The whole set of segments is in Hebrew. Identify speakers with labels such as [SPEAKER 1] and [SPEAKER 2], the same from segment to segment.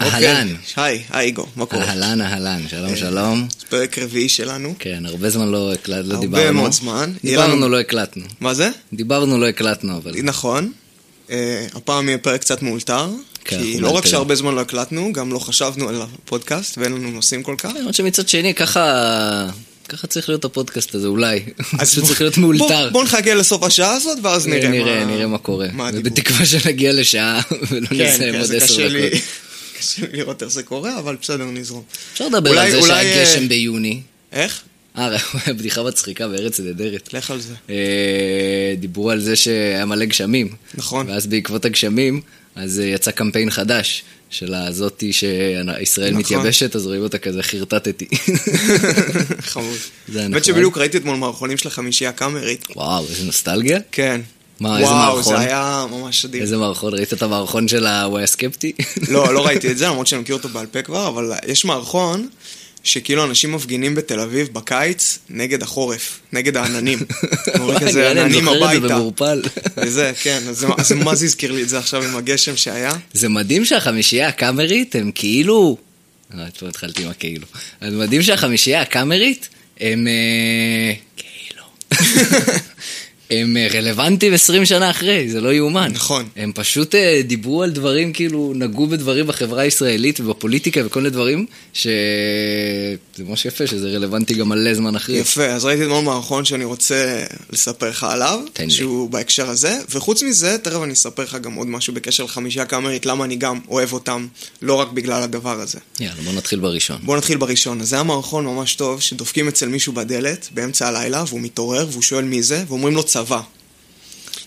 [SPEAKER 1] אהלן.
[SPEAKER 2] אוקיי. אה, היי, היי איגו, מה קורה?
[SPEAKER 1] אהלן, אהלן, שלום, שלום.
[SPEAKER 2] זה פרק רביעי שלנו.
[SPEAKER 1] כן, הרבה זמן לא הקלט- לא
[SPEAKER 2] הרבה
[SPEAKER 1] דיברנו.
[SPEAKER 2] מאוד זמן. יהיה
[SPEAKER 1] דיברנו,
[SPEAKER 2] לנו-
[SPEAKER 1] לא הקלטנו.
[SPEAKER 2] מה זה?
[SPEAKER 1] דיברנו, לא הקלטנו, אבל...
[SPEAKER 2] נכון. אה, הפעם יהיה פרק קצת מאולתר.
[SPEAKER 1] כן,
[SPEAKER 2] כי
[SPEAKER 1] אנחנו
[SPEAKER 2] לא רק
[SPEAKER 1] מאולתרים.
[SPEAKER 2] שהרבה זמן לא הקלטנו, גם לא חשבנו על הפודקאסט ואין לנו נושאים כל כך.
[SPEAKER 1] למרות שמצד שני, ככה... ככה צריך להיות הפודקאסט הזה, אולי.
[SPEAKER 2] אז
[SPEAKER 1] פשוט
[SPEAKER 2] בוא-
[SPEAKER 1] צריך להיות מאולתר. אה,
[SPEAKER 2] בוא- בוא נחכה לסוף השעה הזאת ואז נראה מה...
[SPEAKER 1] נראה, נראה מה קורה.
[SPEAKER 2] מה הדיבור.
[SPEAKER 1] בתקווה שנגיע לשעה ולא
[SPEAKER 2] כן,
[SPEAKER 1] נסיים
[SPEAKER 2] כן,
[SPEAKER 1] עוד
[SPEAKER 2] זה
[SPEAKER 1] עשר
[SPEAKER 2] קשה לי...
[SPEAKER 1] דקות.
[SPEAKER 2] קשה לי לראות איך זה קורה, אבל בסדר, נזרום.
[SPEAKER 1] אפשר לדבר
[SPEAKER 2] אולי-
[SPEAKER 1] על זה
[SPEAKER 2] אולי,
[SPEAKER 1] שהיה
[SPEAKER 2] אה,
[SPEAKER 1] גשם ביוני.
[SPEAKER 2] איך?
[SPEAKER 1] אה, בדיחה מצחיקה בארץ נהדרת.
[SPEAKER 2] לך על זה.
[SPEAKER 1] אה, דיברו על זה שהיה מלא גשמים.
[SPEAKER 2] נכון.
[SPEAKER 1] ואז בעקבות הגשמים, אז אה, יצא קמפיין חדש של הזאתי שישראל
[SPEAKER 2] נכון.
[SPEAKER 1] מתייבשת, אז רואים אותה כזה חרטטתי.
[SPEAKER 2] חמוד.
[SPEAKER 1] זה נכון. היה
[SPEAKER 2] האמת
[SPEAKER 1] נחמד.
[SPEAKER 2] שבדיוק ראיתי אתמול מערכונים של החמישייה הקאמרית.
[SPEAKER 1] וואו, איזה נוסטלגיה.
[SPEAKER 2] כן.
[SPEAKER 1] מה, איזה
[SPEAKER 2] וואו, זה
[SPEAKER 1] מערכון?
[SPEAKER 2] היה ממש אדיר.
[SPEAKER 1] איזה מערכון, ראית את המערכון של ה- הוא היה סקפטי?
[SPEAKER 2] לא, לא ראיתי את זה, למרות שאני מכיר אותו בעל פה כבר, אבל יש מערכון שכאילו אנשים מפגינים בתל אביב בקיץ נגד החורף, נגד העננים.
[SPEAKER 1] וואי,
[SPEAKER 2] קוראים כזה
[SPEAKER 1] נראה לי אני לא
[SPEAKER 2] עננים
[SPEAKER 1] זוכר את זה
[SPEAKER 2] הביתה.
[SPEAKER 1] במעורפל.
[SPEAKER 2] וזה, כן, אז זה- אז זה מה זה הזכיר לי את זה עכשיו עם הגשם שהיה?
[SPEAKER 1] זה מדהים שהחמישייה הקאמרית הם כאילו... לא, אתמול התחלתי עם הכאילו. אז מדהים שהחמישייה הקאמרית הם... אה, כאילו. הם אה, רלוונטיים 20 שנה אחרי, זה לא יאומן.
[SPEAKER 2] נכון.
[SPEAKER 1] הם פשוט אה, דיברו על דברים, כאילו, נגעו בדברים בחברה הישראלית ובפוליטיקה וכל מיני דברים, שזה ממש יפה שזה רלוונטי גם מלא זמן אחרי.
[SPEAKER 2] יפה, אז ראיתי אתמול מערכון שאני רוצה לספר לך עליו,
[SPEAKER 1] תן לי.
[SPEAKER 2] שהוא בהקשר הזה, וחוץ מזה, תכף אני אספר לך גם עוד משהו בקשר לחמישייה הקאמרית, למה אני גם אוהב אותם, לא רק בגלל הדבר הזה.
[SPEAKER 1] יאללה, בוא נתחיל בראשון.
[SPEAKER 2] בואו נתחיל בראשון. אז זה היה מערכון ממש טוב, שדופקים אצל מישהו בדלת, באמצע הלילה, והוא מתעורר, והוא שואל מי זה, ואומרים לו צבא.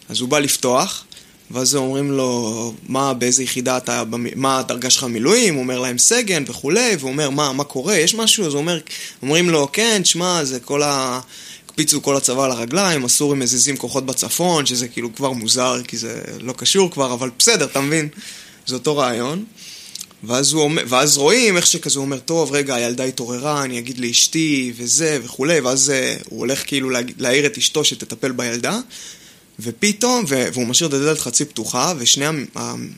[SPEAKER 2] אז הוא בא לפתוח, ואז אומרים לו, מה, באיזה יחידה אתה, במ- מה הדרגה שלך מילואים? הוא אומר להם סגן וכולי, והוא אומר, מה, מה קורה? יש משהו? אז הוא אומר, אומרים לו, כן, שמע, זה כל ה... הקפיצו כל הצבא על הרגליים, הסורים מזיזים כוחות בצפון, שזה כאילו כבר מוזר, כי זה לא קשור כבר, אבל בסדר, אתה מבין? זה אותו רעיון. ואז, הוא אומר, ואז רואים איך שכזה הוא אומר, טוב, רגע, הילדה התעוררה, אני אגיד לאשתי וזה וכולי, ואז אה, הוא הולך כאילו להג- להעיר את אשתו שתטפל בילדה, ופתאום, ו- והוא משאיר את הדלת חצי פתוחה, ושני המ-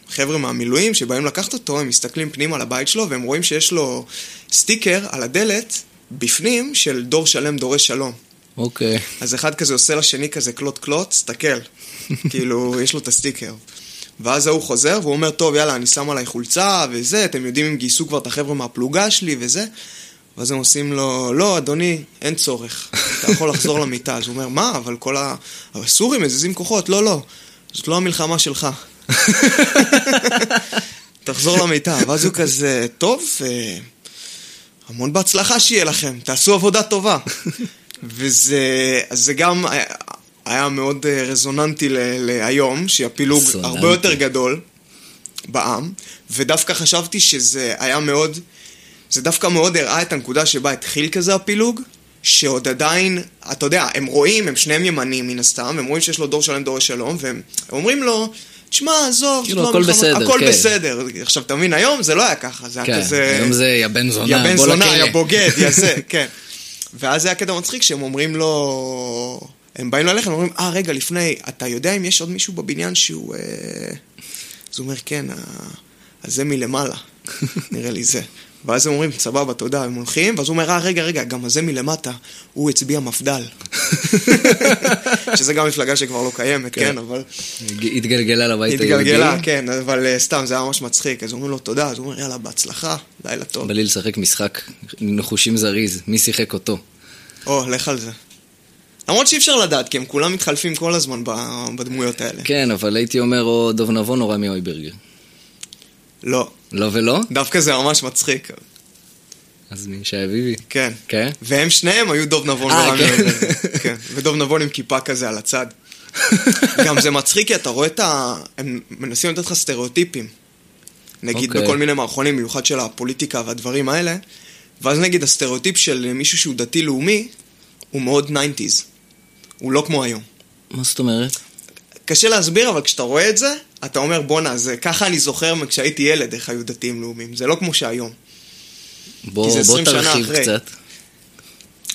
[SPEAKER 2] החבר'ה מהמילואים שבאים לקחת אותו, הם מסתכלים פנימה לבית שלו, והם רואים שיש לו סטיקר על הדלת, בפנים, של דור שלם דורש שלום.
[SPEAKER 1] אוקיי.
[SPEAKER 2] אז אחד כזה עושה לשני כזה קלוט קלוט, תסתכל. כאילו, יש לו את הסטיקר. ואז ההוא חוזר, והוא אומר, טוב, יאללה, אני שם עליי חולצה וזה, אתם יודעים אם גייסו כבר את החבר'ה מהפלוגה שלי וזה. ואז הם עושים לו, לא, אדוני, אין צורך. אתה יכול לחזור למיטה. אז הוא אומר, מה, אבל כל ה- הסורים מזיזים כוחות, לא, לא. זאת לא המלחמה שלך. תחזור למיטה. ואז הוא כזה, טוב, אה, המון בהצלחה שיהיה לכם, תעשו עבודה טובה. וזה אז זה גם היה- היה מאוד אה, רזוננטי ל- להיום, שהפילוג
[SPEAKER 1] רזוננטי.
[SPEAKER 2] הרבה יותר גדול בעם, ודווקא חשבתי שזה היה מאוד, זה דווקא מאוד הראה את הנקודה שבה התחיל כזה הפילוג. שעוד עדיין, אתה יודע, הם רואים, הם שניהם ימנים מן הסתם, הם רואים שיש לו דור שלם דורש שלום, והם אומרים לו, תשמע, עזוב,
[SPEAKER 1] כאילו,
[SPEAKER 2] זאת לא
[SPEAKER 1] הכל
[SPEAKER 2] המלחמה-
[SPEAKER 1] בסדר,
[SPEAKER 2] הכל
[SPEAKER 1] כן.
[SPEAKER 2] בסדר. עכשיו, אתה מבין, היום זה לא היה ככה, זה היה
[SPEAKER 1] כן,
[SPEAKER 2] כזה...
[SPEAKER 1] היום זה יא בן זונה,
[SPEAKER 2] יא בן
[SPEAKER 1] בוא
[SPEAKER 2] זונה,
[SPEAKER 1] לכלא.
[SPEAKER 2] יא בוגד, יא זה, כן. ואז זה היה קטע מצחיק שהם אומרים לו... הם באים ללכת, הם אומרים, אה, רגע, לפני, אתה יודע אם יש עוד מישהו בבניין שהוא... אה... אז הוא אומר, כן, ה... אז זה מלמעלה, נראה לי זה. ואז הם אומרים, סבבה, תודה, הם הולכים, ואז הוא אומר, אה, רגע, רגע, גם הזה מלמטה, הוא הצביע מפד"ל. שזה גם מפלגה שכבר לא קיימת,
[SPEAKER 1] כן.
[SPEAKER 2] כן אבל...
[SPEAKER 1] התגלגלה לבית היהודי.
[SPEAKER 2] התגלגלה, כן, אבל אה, סתם, זה היה ממש מצחיק. אז אומרים לו תודה, אז הוא אומר, יאללה, בהצלחה, לילה טוב.
[SPEAKER 1] בא לי לשחק משחק נחושים זריז, מי שיחק אותו?
[SPEAKER 2] או, לך על זה. למרות שאי אפשר לדעת, כי הם כולם מתחלפים כל הזמן ב- בדמויות האלה.
[SPEAKER 1] כן, אבל הייתי אומר או דוב נבון או רמי אויברגר.
[SPEAKER 2] לא,
[SPEAKER 1] לא ולא?
[SPEAKER 2] דווקא זה ממש מצחיק,
[SPEAKER 1] אז מי שי אביבי.
[SPEAKER 2] כן.
[SPEAKER 1] כן?
[SPEAKER 2] והם שניהם היו דוב נבון
[SPEAKER 1] אה,
[SPEAKER 2] ורמי
[SPEAKER 1] כן.
[SPEAKER 2] אויברג. כן. ודוב נבון עם כיפה כזה על הצד. גם זה מצחיק, כי אתה רואה את ה... הם מנסים לתת לך סטריאוטיפים. נגיד
[SPEAKER 1] אוקיי.
[SPEAKER 2] בכל מיני מערכונים, במיוחד של הפוליטיקה והדברים האלה. ואז נגיד הסטריאוטיפ של מישהו שהוא דתי-לאומי, הוא מאוד 90's. הוא לא כמו היום.
[SPEAKER 1] מה זאת אומרת?
[SPEAKER 2] קשה להסביר, אבל כשאתה רואה את זה, אתה אומר, בואנה, זה ככה אני זוכר כשהייתי ילד, איך היו דתיים לאומיים. זה לא כמו שהיום.
[SPEAKER 1] בוא,
[SPEAKER 2] כי זה
[SPEAKER 1] בוא
[SPEAKER 2] 20 שנה
[SPEAKER 1] תרחיב
[SPEAKER 2] אחרי.
[SPEAKER 1] קצת.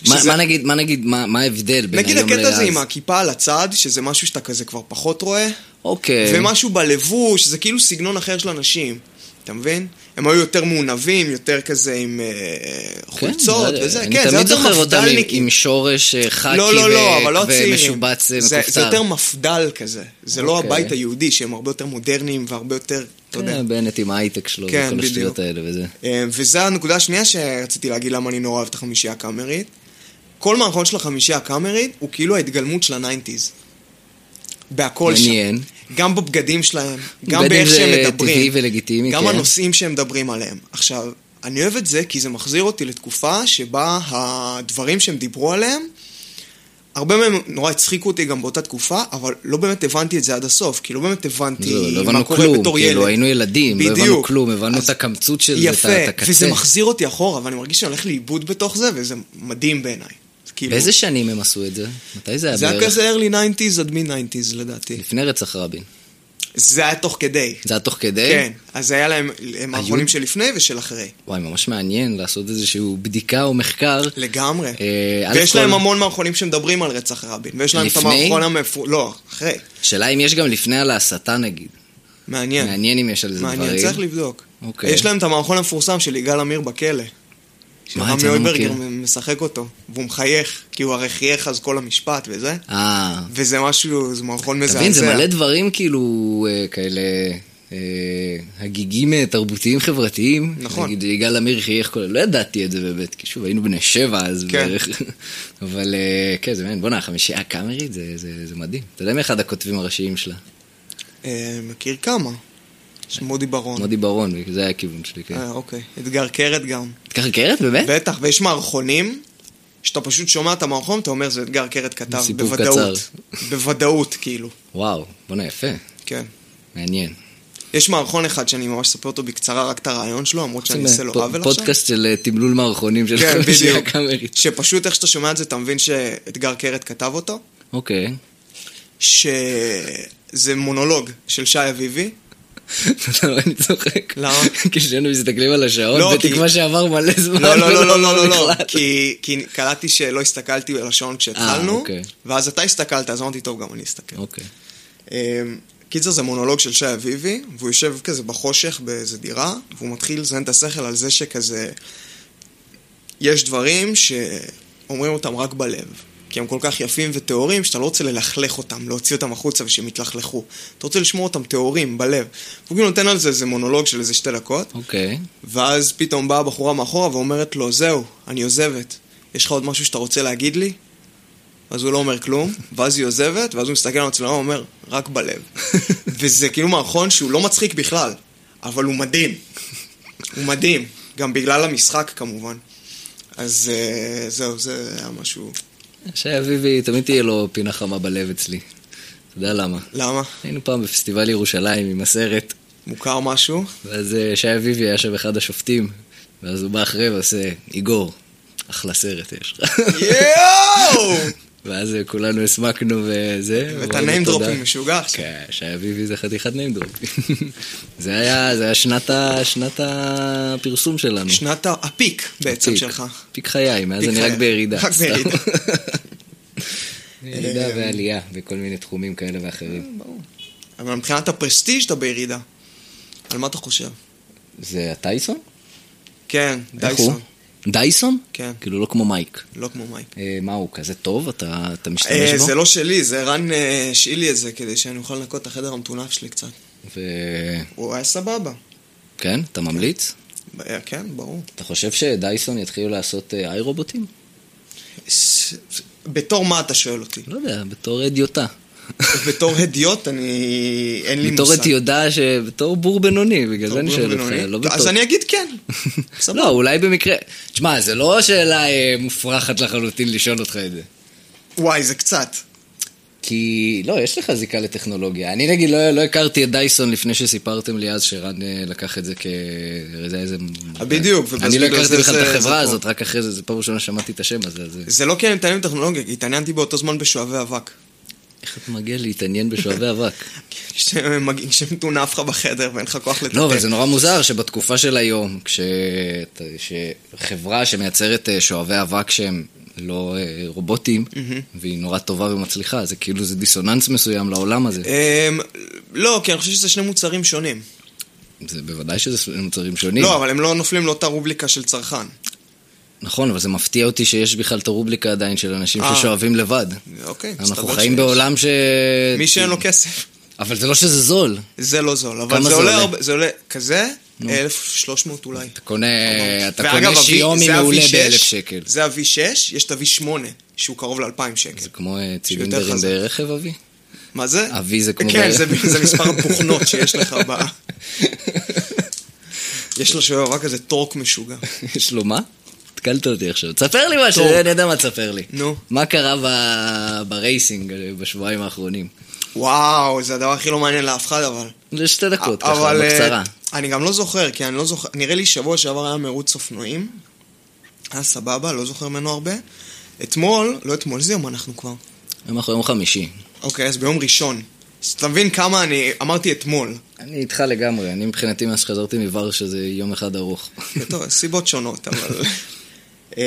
[SPEAKER 2] שזה-
[SPEAKER 1] מה, מה נגיד, מה נגיד, מה, מה ההבדל בין
[SPEAKER 2] נגיד
[SPEAKER 1] היום לאז?
[SPEAKER 2] הקטע הזה עם הכיפה על הצד, שזה משהו שאתה כזה כבר פחות רואה,
[SPEAKER 1] אוקיי.
[SPEAKER 2] ומשהו בלבוש, זה כאילו סגנון אחר של אנשים. אתה מבין? הם היו יותר מעונבים, יותר כזה עם אה, חולצות
[SPEAKER 1] כן, זה-
[SPEAKER 2] וזה,
[SPEAKER 1] אני
[SPEAKER 2] כן, זה
[SPEAKER 1] תמיד
[SPEAKER 2] יותר
[SPEAKER 1] זוכר אותם עם-
[SPEAKER 2] מפד"לניקים.
[SPEAKER 1] עם שורש אה, חאקי
[SPEAKER 2] לא, לא, לא,
[SPEAKER 1] ו-
[SPEAKER 2] אבל לא צעירים.
[SPEAKER 1] ומשובץ אה,
[SPEAKER 2] זה, זה
[SPEAKER 1] מקופצר.
[SPEAKER 2] יותר מפד"ל כזה. זה לא
[SPEAKER 1] אוקיי.
[SPEAKER 2] הבית היהודי, שהם הרבה יותר מודרניים והרבה יותר, אתה יודע.
[SPEAKER 1] כן, בנט עם ההייטק שלו
[SPEAKER 2] כן,
[SPEAKER 1] וכל
[SPEAKER 2] בדיוק.
[SPEAKER 1] השטויות האלה וזה.
[SPEAKER 2] אה, וזו הנקודה השנייה שרציתי להגיד למה אני נורא אוהב את החמישייה הקאמרית. כל מערכון של החמישייה הקאמרית הוא כאילו ההתגלמות של הניינטיז. בהכל שם.
[SPEAKER 1] מעניין.
[SPEAKER 2] גם בבגדים שלהם, גם
[SPEAKER 1] בגדים
[SPEAKER 2] באיך
[SPEAKER 1] זה
[SPEAKER 2] שהם
[SPEAKER 1] טבעי
[SPEAKER 2] מדברים.
[SPEAKER 1] ולגיטימי,
[SPEAKER 2] גם
[SPEAKER 1] כן.
[SPEAKER 2] הנושאים שהם מדברים עליהם. עכשיו, אני אוהב את זה כי זה מחזיר אותי לתקופה שבה הדברים שהם דיברו עליהם, הרבה מהם נורא הצחיקו אותי גם באותה תקופה, אבל לא באמת הבנתי את זה עד הסוף, כי לא באמת הבנתי
[SPEAKER 1] זהו, לא
[SPEAKER 2] מה
[SPEAKER 1] הבנו
[SPEAKER 2] קורה
[SPEAKER 1] כלום,
[SPEAKER 2] בתור ילד.
[SPEAKER 1] כאילו היינו ילדים, לא הבנו
[SPEAKER 2] בדיוק.
[SPEAKER 1] כלום, הבנו
[SPEAKER 2] אז-
[SPEAKER 1] את הקמצות של זה, את ה- את
[SPEAKER 2] יפה,
[SPEAKER 1] הקצה.
[SPEAKER 2] וזה מחזיר אותי אחורה, ואני מרגיש שאני הולך לאיבוד בתוך זה, וזה מדהים בעיניי. זה כאילו,
[SPEAKER 1] באיזה שנים הם עשו את זה? מתי זה היה
[SPEAKER 2] זה היה
[SPEAKER 1] בערך?
[SPEAKER 2] כזה early 90's עד מי 90's לדעתי.
[SPEAKER 1] לפני רצח רבין.
[SPEAKER 2] זה היה תוך כדי.
[SPEAKER 1] זה היה תוך כדי?
[SPEAKER 2] כן, אז היה להם הם האחרונים שלפני ושל אחרי.
[SPEAKER 1] וואי, ממש מעניין לעשות איזושהי בדיקה או מחקר.
[SPEAKER 2] לגמרי.
[SPEAKER 1] אה,
[SPEAKER 2] ויש
[SPEAKER 1] אלכוהול.
[SPEAKER 2] להם המון מערכונים שמדברים על רצח רבין, ויש להם את
[SPEAKER 1] לפני?
[SPEAKER 2] המערכון המפור... לא, אחרי.
[SPEAKER 1] שאלה אם יש גם לפני על ההסתה נגיד.
[SPEAKER 2] מעניין.
[SPEAKER 1] מעניין אם יש על זה דברים.
[SPEAKER 2] כן. מעניין, צריך לבדוק.
[SPEAKER 1] אוקיי.
[SPEAKER 2] יש להם את המערכון המפורסם של יגאל עמיר בכלא.
[SPEAKER 1] מה, את זה
[SPEAKER 2] שרמי
[SPEAKER 1] אני לא
[SPEAKER 2] אויברגר
[SPEAKER 1] מכיר.
[SPEAKER 2] משחק אותו, והוא מחייך, כי הוא הרי חייך אז כל המשפט וזה.
[SPEAKER 1] אה,
[SPEAKER 2] וזה משהו, זה מערכון מזעזע.
[SPEAKER 1] תבין, זה מלא דברים כאילו אה, כאלה אה, הגיגים אה, תרבותיים חברתיים.
[SPEAKER 2] נכון.
[SPEAKER 1] נגיד יגאל עמיר חייך כל... לא ידעתי את זה באמת, כי שוב, היינו בני שבע אז
[SPEAKER 2] כן.
[SPEAKER 1] בערך. אבל אה, כן, זה מעניין. בואנה, החמישייה הקאמרית זה- זה זה מדהים. אתה יודע מי אחד הכותבים הראשיים שלה?
[SPEAKER 2] נכון. אה, מכיר כמה. יש מודי ברון.
[SPEAKER 1] מודי ברון, זה היה הכיוון שלי. כן.
[SPEAKER 2] אה, אוקיי. אתגר קרת גם.
[SPEAKER 1] ככה קרת באמת?
[SPEAKER 2] בטח, ויש מערכונים, שאתה פשוט שומע את המערכון, אתה אומר, זה אתגר קרת כתב.
[SPEAKER 1] סיפור
[SPEAKER 2] בוודאות. בוודאות, כאילו.
[SPEAKER 1] וואו, בואנה, יפה.
[SPEAKER 2] כן.
[SPEAKER 1] מעניין.
[SPEAKER 2] יש מערכון אחד שאני ממש אספר אותו בקצרה, רק את הרעיון שלו, למרות שאני
[SPEAKER 1] עושים,
[SPEAKER 2] אעשה לו
[SPEAKER 1] פ-
[SPEAKER 2] עוול עכשיו.
[SPEAKER 1] פודקאסט של אה, תמלול מערכונים של
[SPEAKER 2] כן,
[SPEAKER 1] חמישייה
[SPEAKER 2] בדיוק.
[SPEAKER 1] הקאמרית.
[SPEAKER 2] שפשוט איך שאתה שומע את זה, אתה מבין שאתגר קרת כתב אותו.
[SPEAKER 1] אוקיי.
[SPEAKER 2] שזה מונולוג של שי אביבי.
[SPEAKER 1] אתה רואה, אני צוחק.
[SPEAKER 2] למה?
[SPEAKER 1] כי שנינו מסתכלים על השעון,
[SPEAKER 2] לא, כי-
[SPEAKER 1] בתקווה שעבר מלא זמן.
[SPEAKER 2] לא, לא,
[SPEAKER 1] ולא
[SPEAKER 2] לא, לא, לא,
[SPEAKER 1] עבר
[SPEAKER 2] לא, לא,
[SPEAKER 1] בכלל.
[SPEAKER 2] כי כי קלטתי שלא הסתכלתי על השעון
[SPEAKER 1] אה,
[SPEAKER 2] כשהתחלנו,
[SPEAKER 1] אוקיי.
[SPEAKER 2] ואז אתה הסתכלת, אז אמרתי, טוב, גם אני אסתכל.
[SPEAKER 1] אוקיי.
[SPEAKER 2] אמ, קיצר, זה מונולוג של שי אביבי, והוא יושב כזה בחושך באיזה דירה, והוא מתחיל לזיין את השכל על זה שכזה... יש דברים שאומרים אותם רק בלב. כי הם כל כך יפים וטהורים, שאתה לא רוצה ללכלך אותם, להוציא אותם החוצה ושהם יתלכלכו. אתה רוצה לשמור אותם טהורים, בלב. הוא כאילו נותן על זה איזה מונולוג של איזה שתי דקות,
[SPEAKER 1] אוקיי.
[SPEAKER 2] ואז פתאום באה הבחורה מאחורה ואומרת לו, זהו, אני עוזבת. יש לך עוד משהו שאתה רוצה להגיד לי? אז הוא לא אומר כלום, ואז היא עוזבת, ואז הוא מסתכל על המצלמה ואומר, רק בלב. וזה כאילו מערכון שהוא לא מצחיק בכלל, אבל הוא מדהים. הוא מדהים, גם בגלל המשחק כמובן. אז אה, זהו, זה היה משהו...
[SPEAKER 1] שי אביבי, תמיד תהיה לו פינה חמה בלב אצלי. אתה יודע למה.
[SPEAKER 2] למה?
[SPEAKER 1] היינו פעם בפסטיבל ירושלים עם הסרט,
[SPEAKER 2] מוכר משהו?
[SPEAKER 1] ואז אה, שי אביבי היה שם אחד השופטים, ואז הוא בא אחרי ועושה, איגור, אחלה סרט יש לך.
[SPEAKER 2] יואו!
[SPEAKER 1] ואז אה, כולנו הסמקנו וזה.
[SPEAKER 2] ואת
[SPEAKER 1] אמרנו,
[SPEAKER 2] הניים
[SPEAKER 1] "תודה".
[SPEAKER 2] דרופינג משוגע. עכשיו.
[SPEAKER 1] כן, שי אביבי זה חתיכת name drop. זה היה, זה היה שנת, ה, שנת הפרסום שלנו.
[SPEAKER 2] שנת ה- הפיק בעצם
[SPEAKER 1] פיק.
[SPEAKER 2] שלך.
[SPEAKER 1] פיק חיי, מאז
[SPEAKER 2] פיק
[SPEAKER 1] אני רק
[SPEAKER 2] חיי.
[SPEAKER 1] בירידה.
[SPEAKER 2] רק
[SPEAKER 1] סתם.
[SPEAKER 2] בירידה. אה,
[SPEAKER 1] ירידה ועלייה בכל מיני תחומים כאלה ואחרים.
[SPEAKER 2] אבל מבחינת הפרסטיג' אתה בירידה. על מה אתה חושב?
[SPEAKER 1] זה הטייסון?
[SPEAKER 2] כן,
[SPEAKER 1] איך הוא?
[SPEAKER 2] דייסון.
[SPEAKER 1] דייסון?
[SPEAKER 2] כן.
[SPEAKER 1] כאילו לא כמו מייק.
[SPEAKER 2] לא כמו מייק.
[SPEAKER 1] אה, מה הוא, כזה טוב? אתה אתה משתמש
[SPEAKER 2] אה,
[SPEAKER 1] בו?
[SPEAKER 2] זה לא שלי, זה רן אה, השאיל לי את זה כדי שאני אוכל לנקות את החדר המטונף שלי קצת.
[SPEAKER 1] ו-
[SPEAKER 2] הוא היה סבבה.
[SPEAKER 1] כן, אתה ממליץ?
[SPEAKER 2] אה, כן, ברור.
[SPEAKER 1] אתה חושב שדייסון יתחילו לעשות אה, איי רובוטים?
[SPEAKER 2] ס- בתור מה אתה שואל אותי?
[SPEAKER 1] לא יודע, בתור אדיוטה.
[SPEAKER 2] בתור הדיוט אני... אין לי מושג.
[SPEAKER 1] בתור אתיודה, ש- בתור בור בינוני, בגלל
[SPEAKER 2] בתור
[SPEAKER 1] זה אני שואל אותך,
[SPEAKER 2] בינוני?
[SPEAKER 1] לא בתור...
[SPEAKER 2] אז אני אגיד כן.
[SPEAKER 1] לא, אולי במקרה... תשמע, זה לא שאלה אה, מופרכת לחלוטין לשאול אותך את זה.
[SPEAKER 2] לא, וואי, זה קצת.
[SPEAKER 1] כי לא, יש לך זיקה לטכנולוגיה. אני נגיד לא, לא הכרתי את דייסון לפני שסיפרתם לי אז שרן אה, לקח את זה כ... זה היה איזה...
[SPEAKER 2] אה, בדיוק, ובגלל
[SPEAKER 1] אני לא
[SPEAKER 2] זה
[SPEAKER 1] הכרתי
[SPEAKER 2] זה-
[SPEAKER 1] בכלל את
[SPEAKER 2] זה-
[SPEAKER 1] החברה
[SPEAKER 2] זה
[SPEAKER 1] הזאת, רק אחרי זה, זו פעם ראשונה שמעתי את השם הזה. אז אה,
[SPEAKER 2] זה לא כי אני מתעניין בטכנולוגיה, כי התעניינתי באותו זמן בשואבי אבק.
[SPEAKER 1] איך אתה מגיע להתעניין בשואבי אבק?
[SPEAKER 2] כשמטונף לך בחדר ואין לך כוח לטפל.
[SPEAKER 1] לא, אבל זה נורא מוזר שבתקופה של היום, כש... שחברה שמייצרת אה, שואבי אבק שהם לא אה, רובוטים, והיא נורא טובה ומצליחה, זה כאילו
[SPEAKER 2] אה.
[SPEAKER 1] זה דיסוננס מסוים לעולם הזה.
[SPEAKER 2] אמ, לא, כי אני חושב שזה שני מוצרים שונים.
[SPEAKER 1] זה בוודאי שזה מוצרים שונים.
[SPEAKER 2] לא, אבל הם לא נופלים לאותה רובריקה של צרכן.
[SPEAKER 1] נכון, אבל זה מפתיע אותי שיש בכלל את הרובריקה עדיין של אנשים
[SPEAKER 2] אה.
[SPEAKER 1] ששואבים לבד.
[SPEAKER 2] אוקיי,
[SPEAKER 1] אנחנו
[SPEAKER 2] מסתבר
[SPEAKER 1] חיים
[SPEAKER 2] שיש.
[SPEAKER 1] בעולם ש...
[SPEAKER 2] מי שאין לו כסף.
[SPEAKER 1] אבל זה לא שזה זול.
[SPEAKER 2] זה לא זול, אבל
[SPEAKER 1] כמה
[SPEAKER 2] זה
[SPEAKER 1] זה
[SPEAKER 2] עולה
[SPEAKER 1] עולה?
[SPEAKER 2] הרבה, זה עולה כזה, 1,300 אולי.
[SPEAKER 1] אתה קונה, אה, אתה
[SPEAKER 2] אוקיי. ואגב,
[SPEAKER 1] קונה
[SPEAKER 2] ה-V-
[SPEAKER 1] שיומי
[SPEAKER 2] זה
[SPEAKER 1] מעולה
[SPEAKER 2] ה-V6,
[SPEAKER 1] באלף שקל.
[SPEAKER 2] זה ה-V6, יש את ה-V8, שהוא קרוב ל-2,000 שקל.
[SPEAKER 1] זה כמו אה,
[SPEAKER 2] שיותר
[SPEAKER 1] צילינדרים
[SPEAKER 2] חזק.
[SPEAKER 1] ברכב, אבי?
[SPEAKER 2] מה זה?
[SPEAKER 1] ה-V זה כמו
[SPEAKER 2] כן,
[SPEAKER 1] ב-
[SPEAKER 2] זה, זה מספר הפוכנות שיש לך ב... יש לו שואב רק איזה טורק משוגע.
[SPEAKER 1] יש לו מה? התקלת אותי עכשיו. תספר לי משהו,
[SPEAKER 2] טוב.
[SPEAKER 1] אני יודע מה תספר לי.
[SPEAKER 2] נו.
[SPEAKER 1] מה קרה ב- ברייסינג אה, בשבועיים האחרונים?
[SPEAKER 2] וואו, זה הדבר הכי לא מעניין לאף אחד, אבל...
[SPEAKER 1] זה שתי דקות, ככה,
[SPEAKER 2] אבל... אה,
[SPEAKER 1] בקצרה.
[SPEAKER 2] אני גם לא זוכר, כי אני לא זוכר... נראה לי שבוע שעבר היה מרוץ אופנועים. היה סבבה, לא זוכר ממנו הרבה. אתמול, לא אתמול, זה יום אנחנו כבר.
[SPEAKER 1] היום אנחנו יום חמישי.
[SPEAKER 2] אוקיי, אז ביום ראשון. אז אתה מבין כמה אני אמרתי אתמול.
[SPEAKER 1] אני איתך לגמרי, אני מבחינתי מאז שחזרתי מוורשה זה יום אחד ארוך.
[SPEAKER 2] טוב, סיבות שונות, אבל... אמ,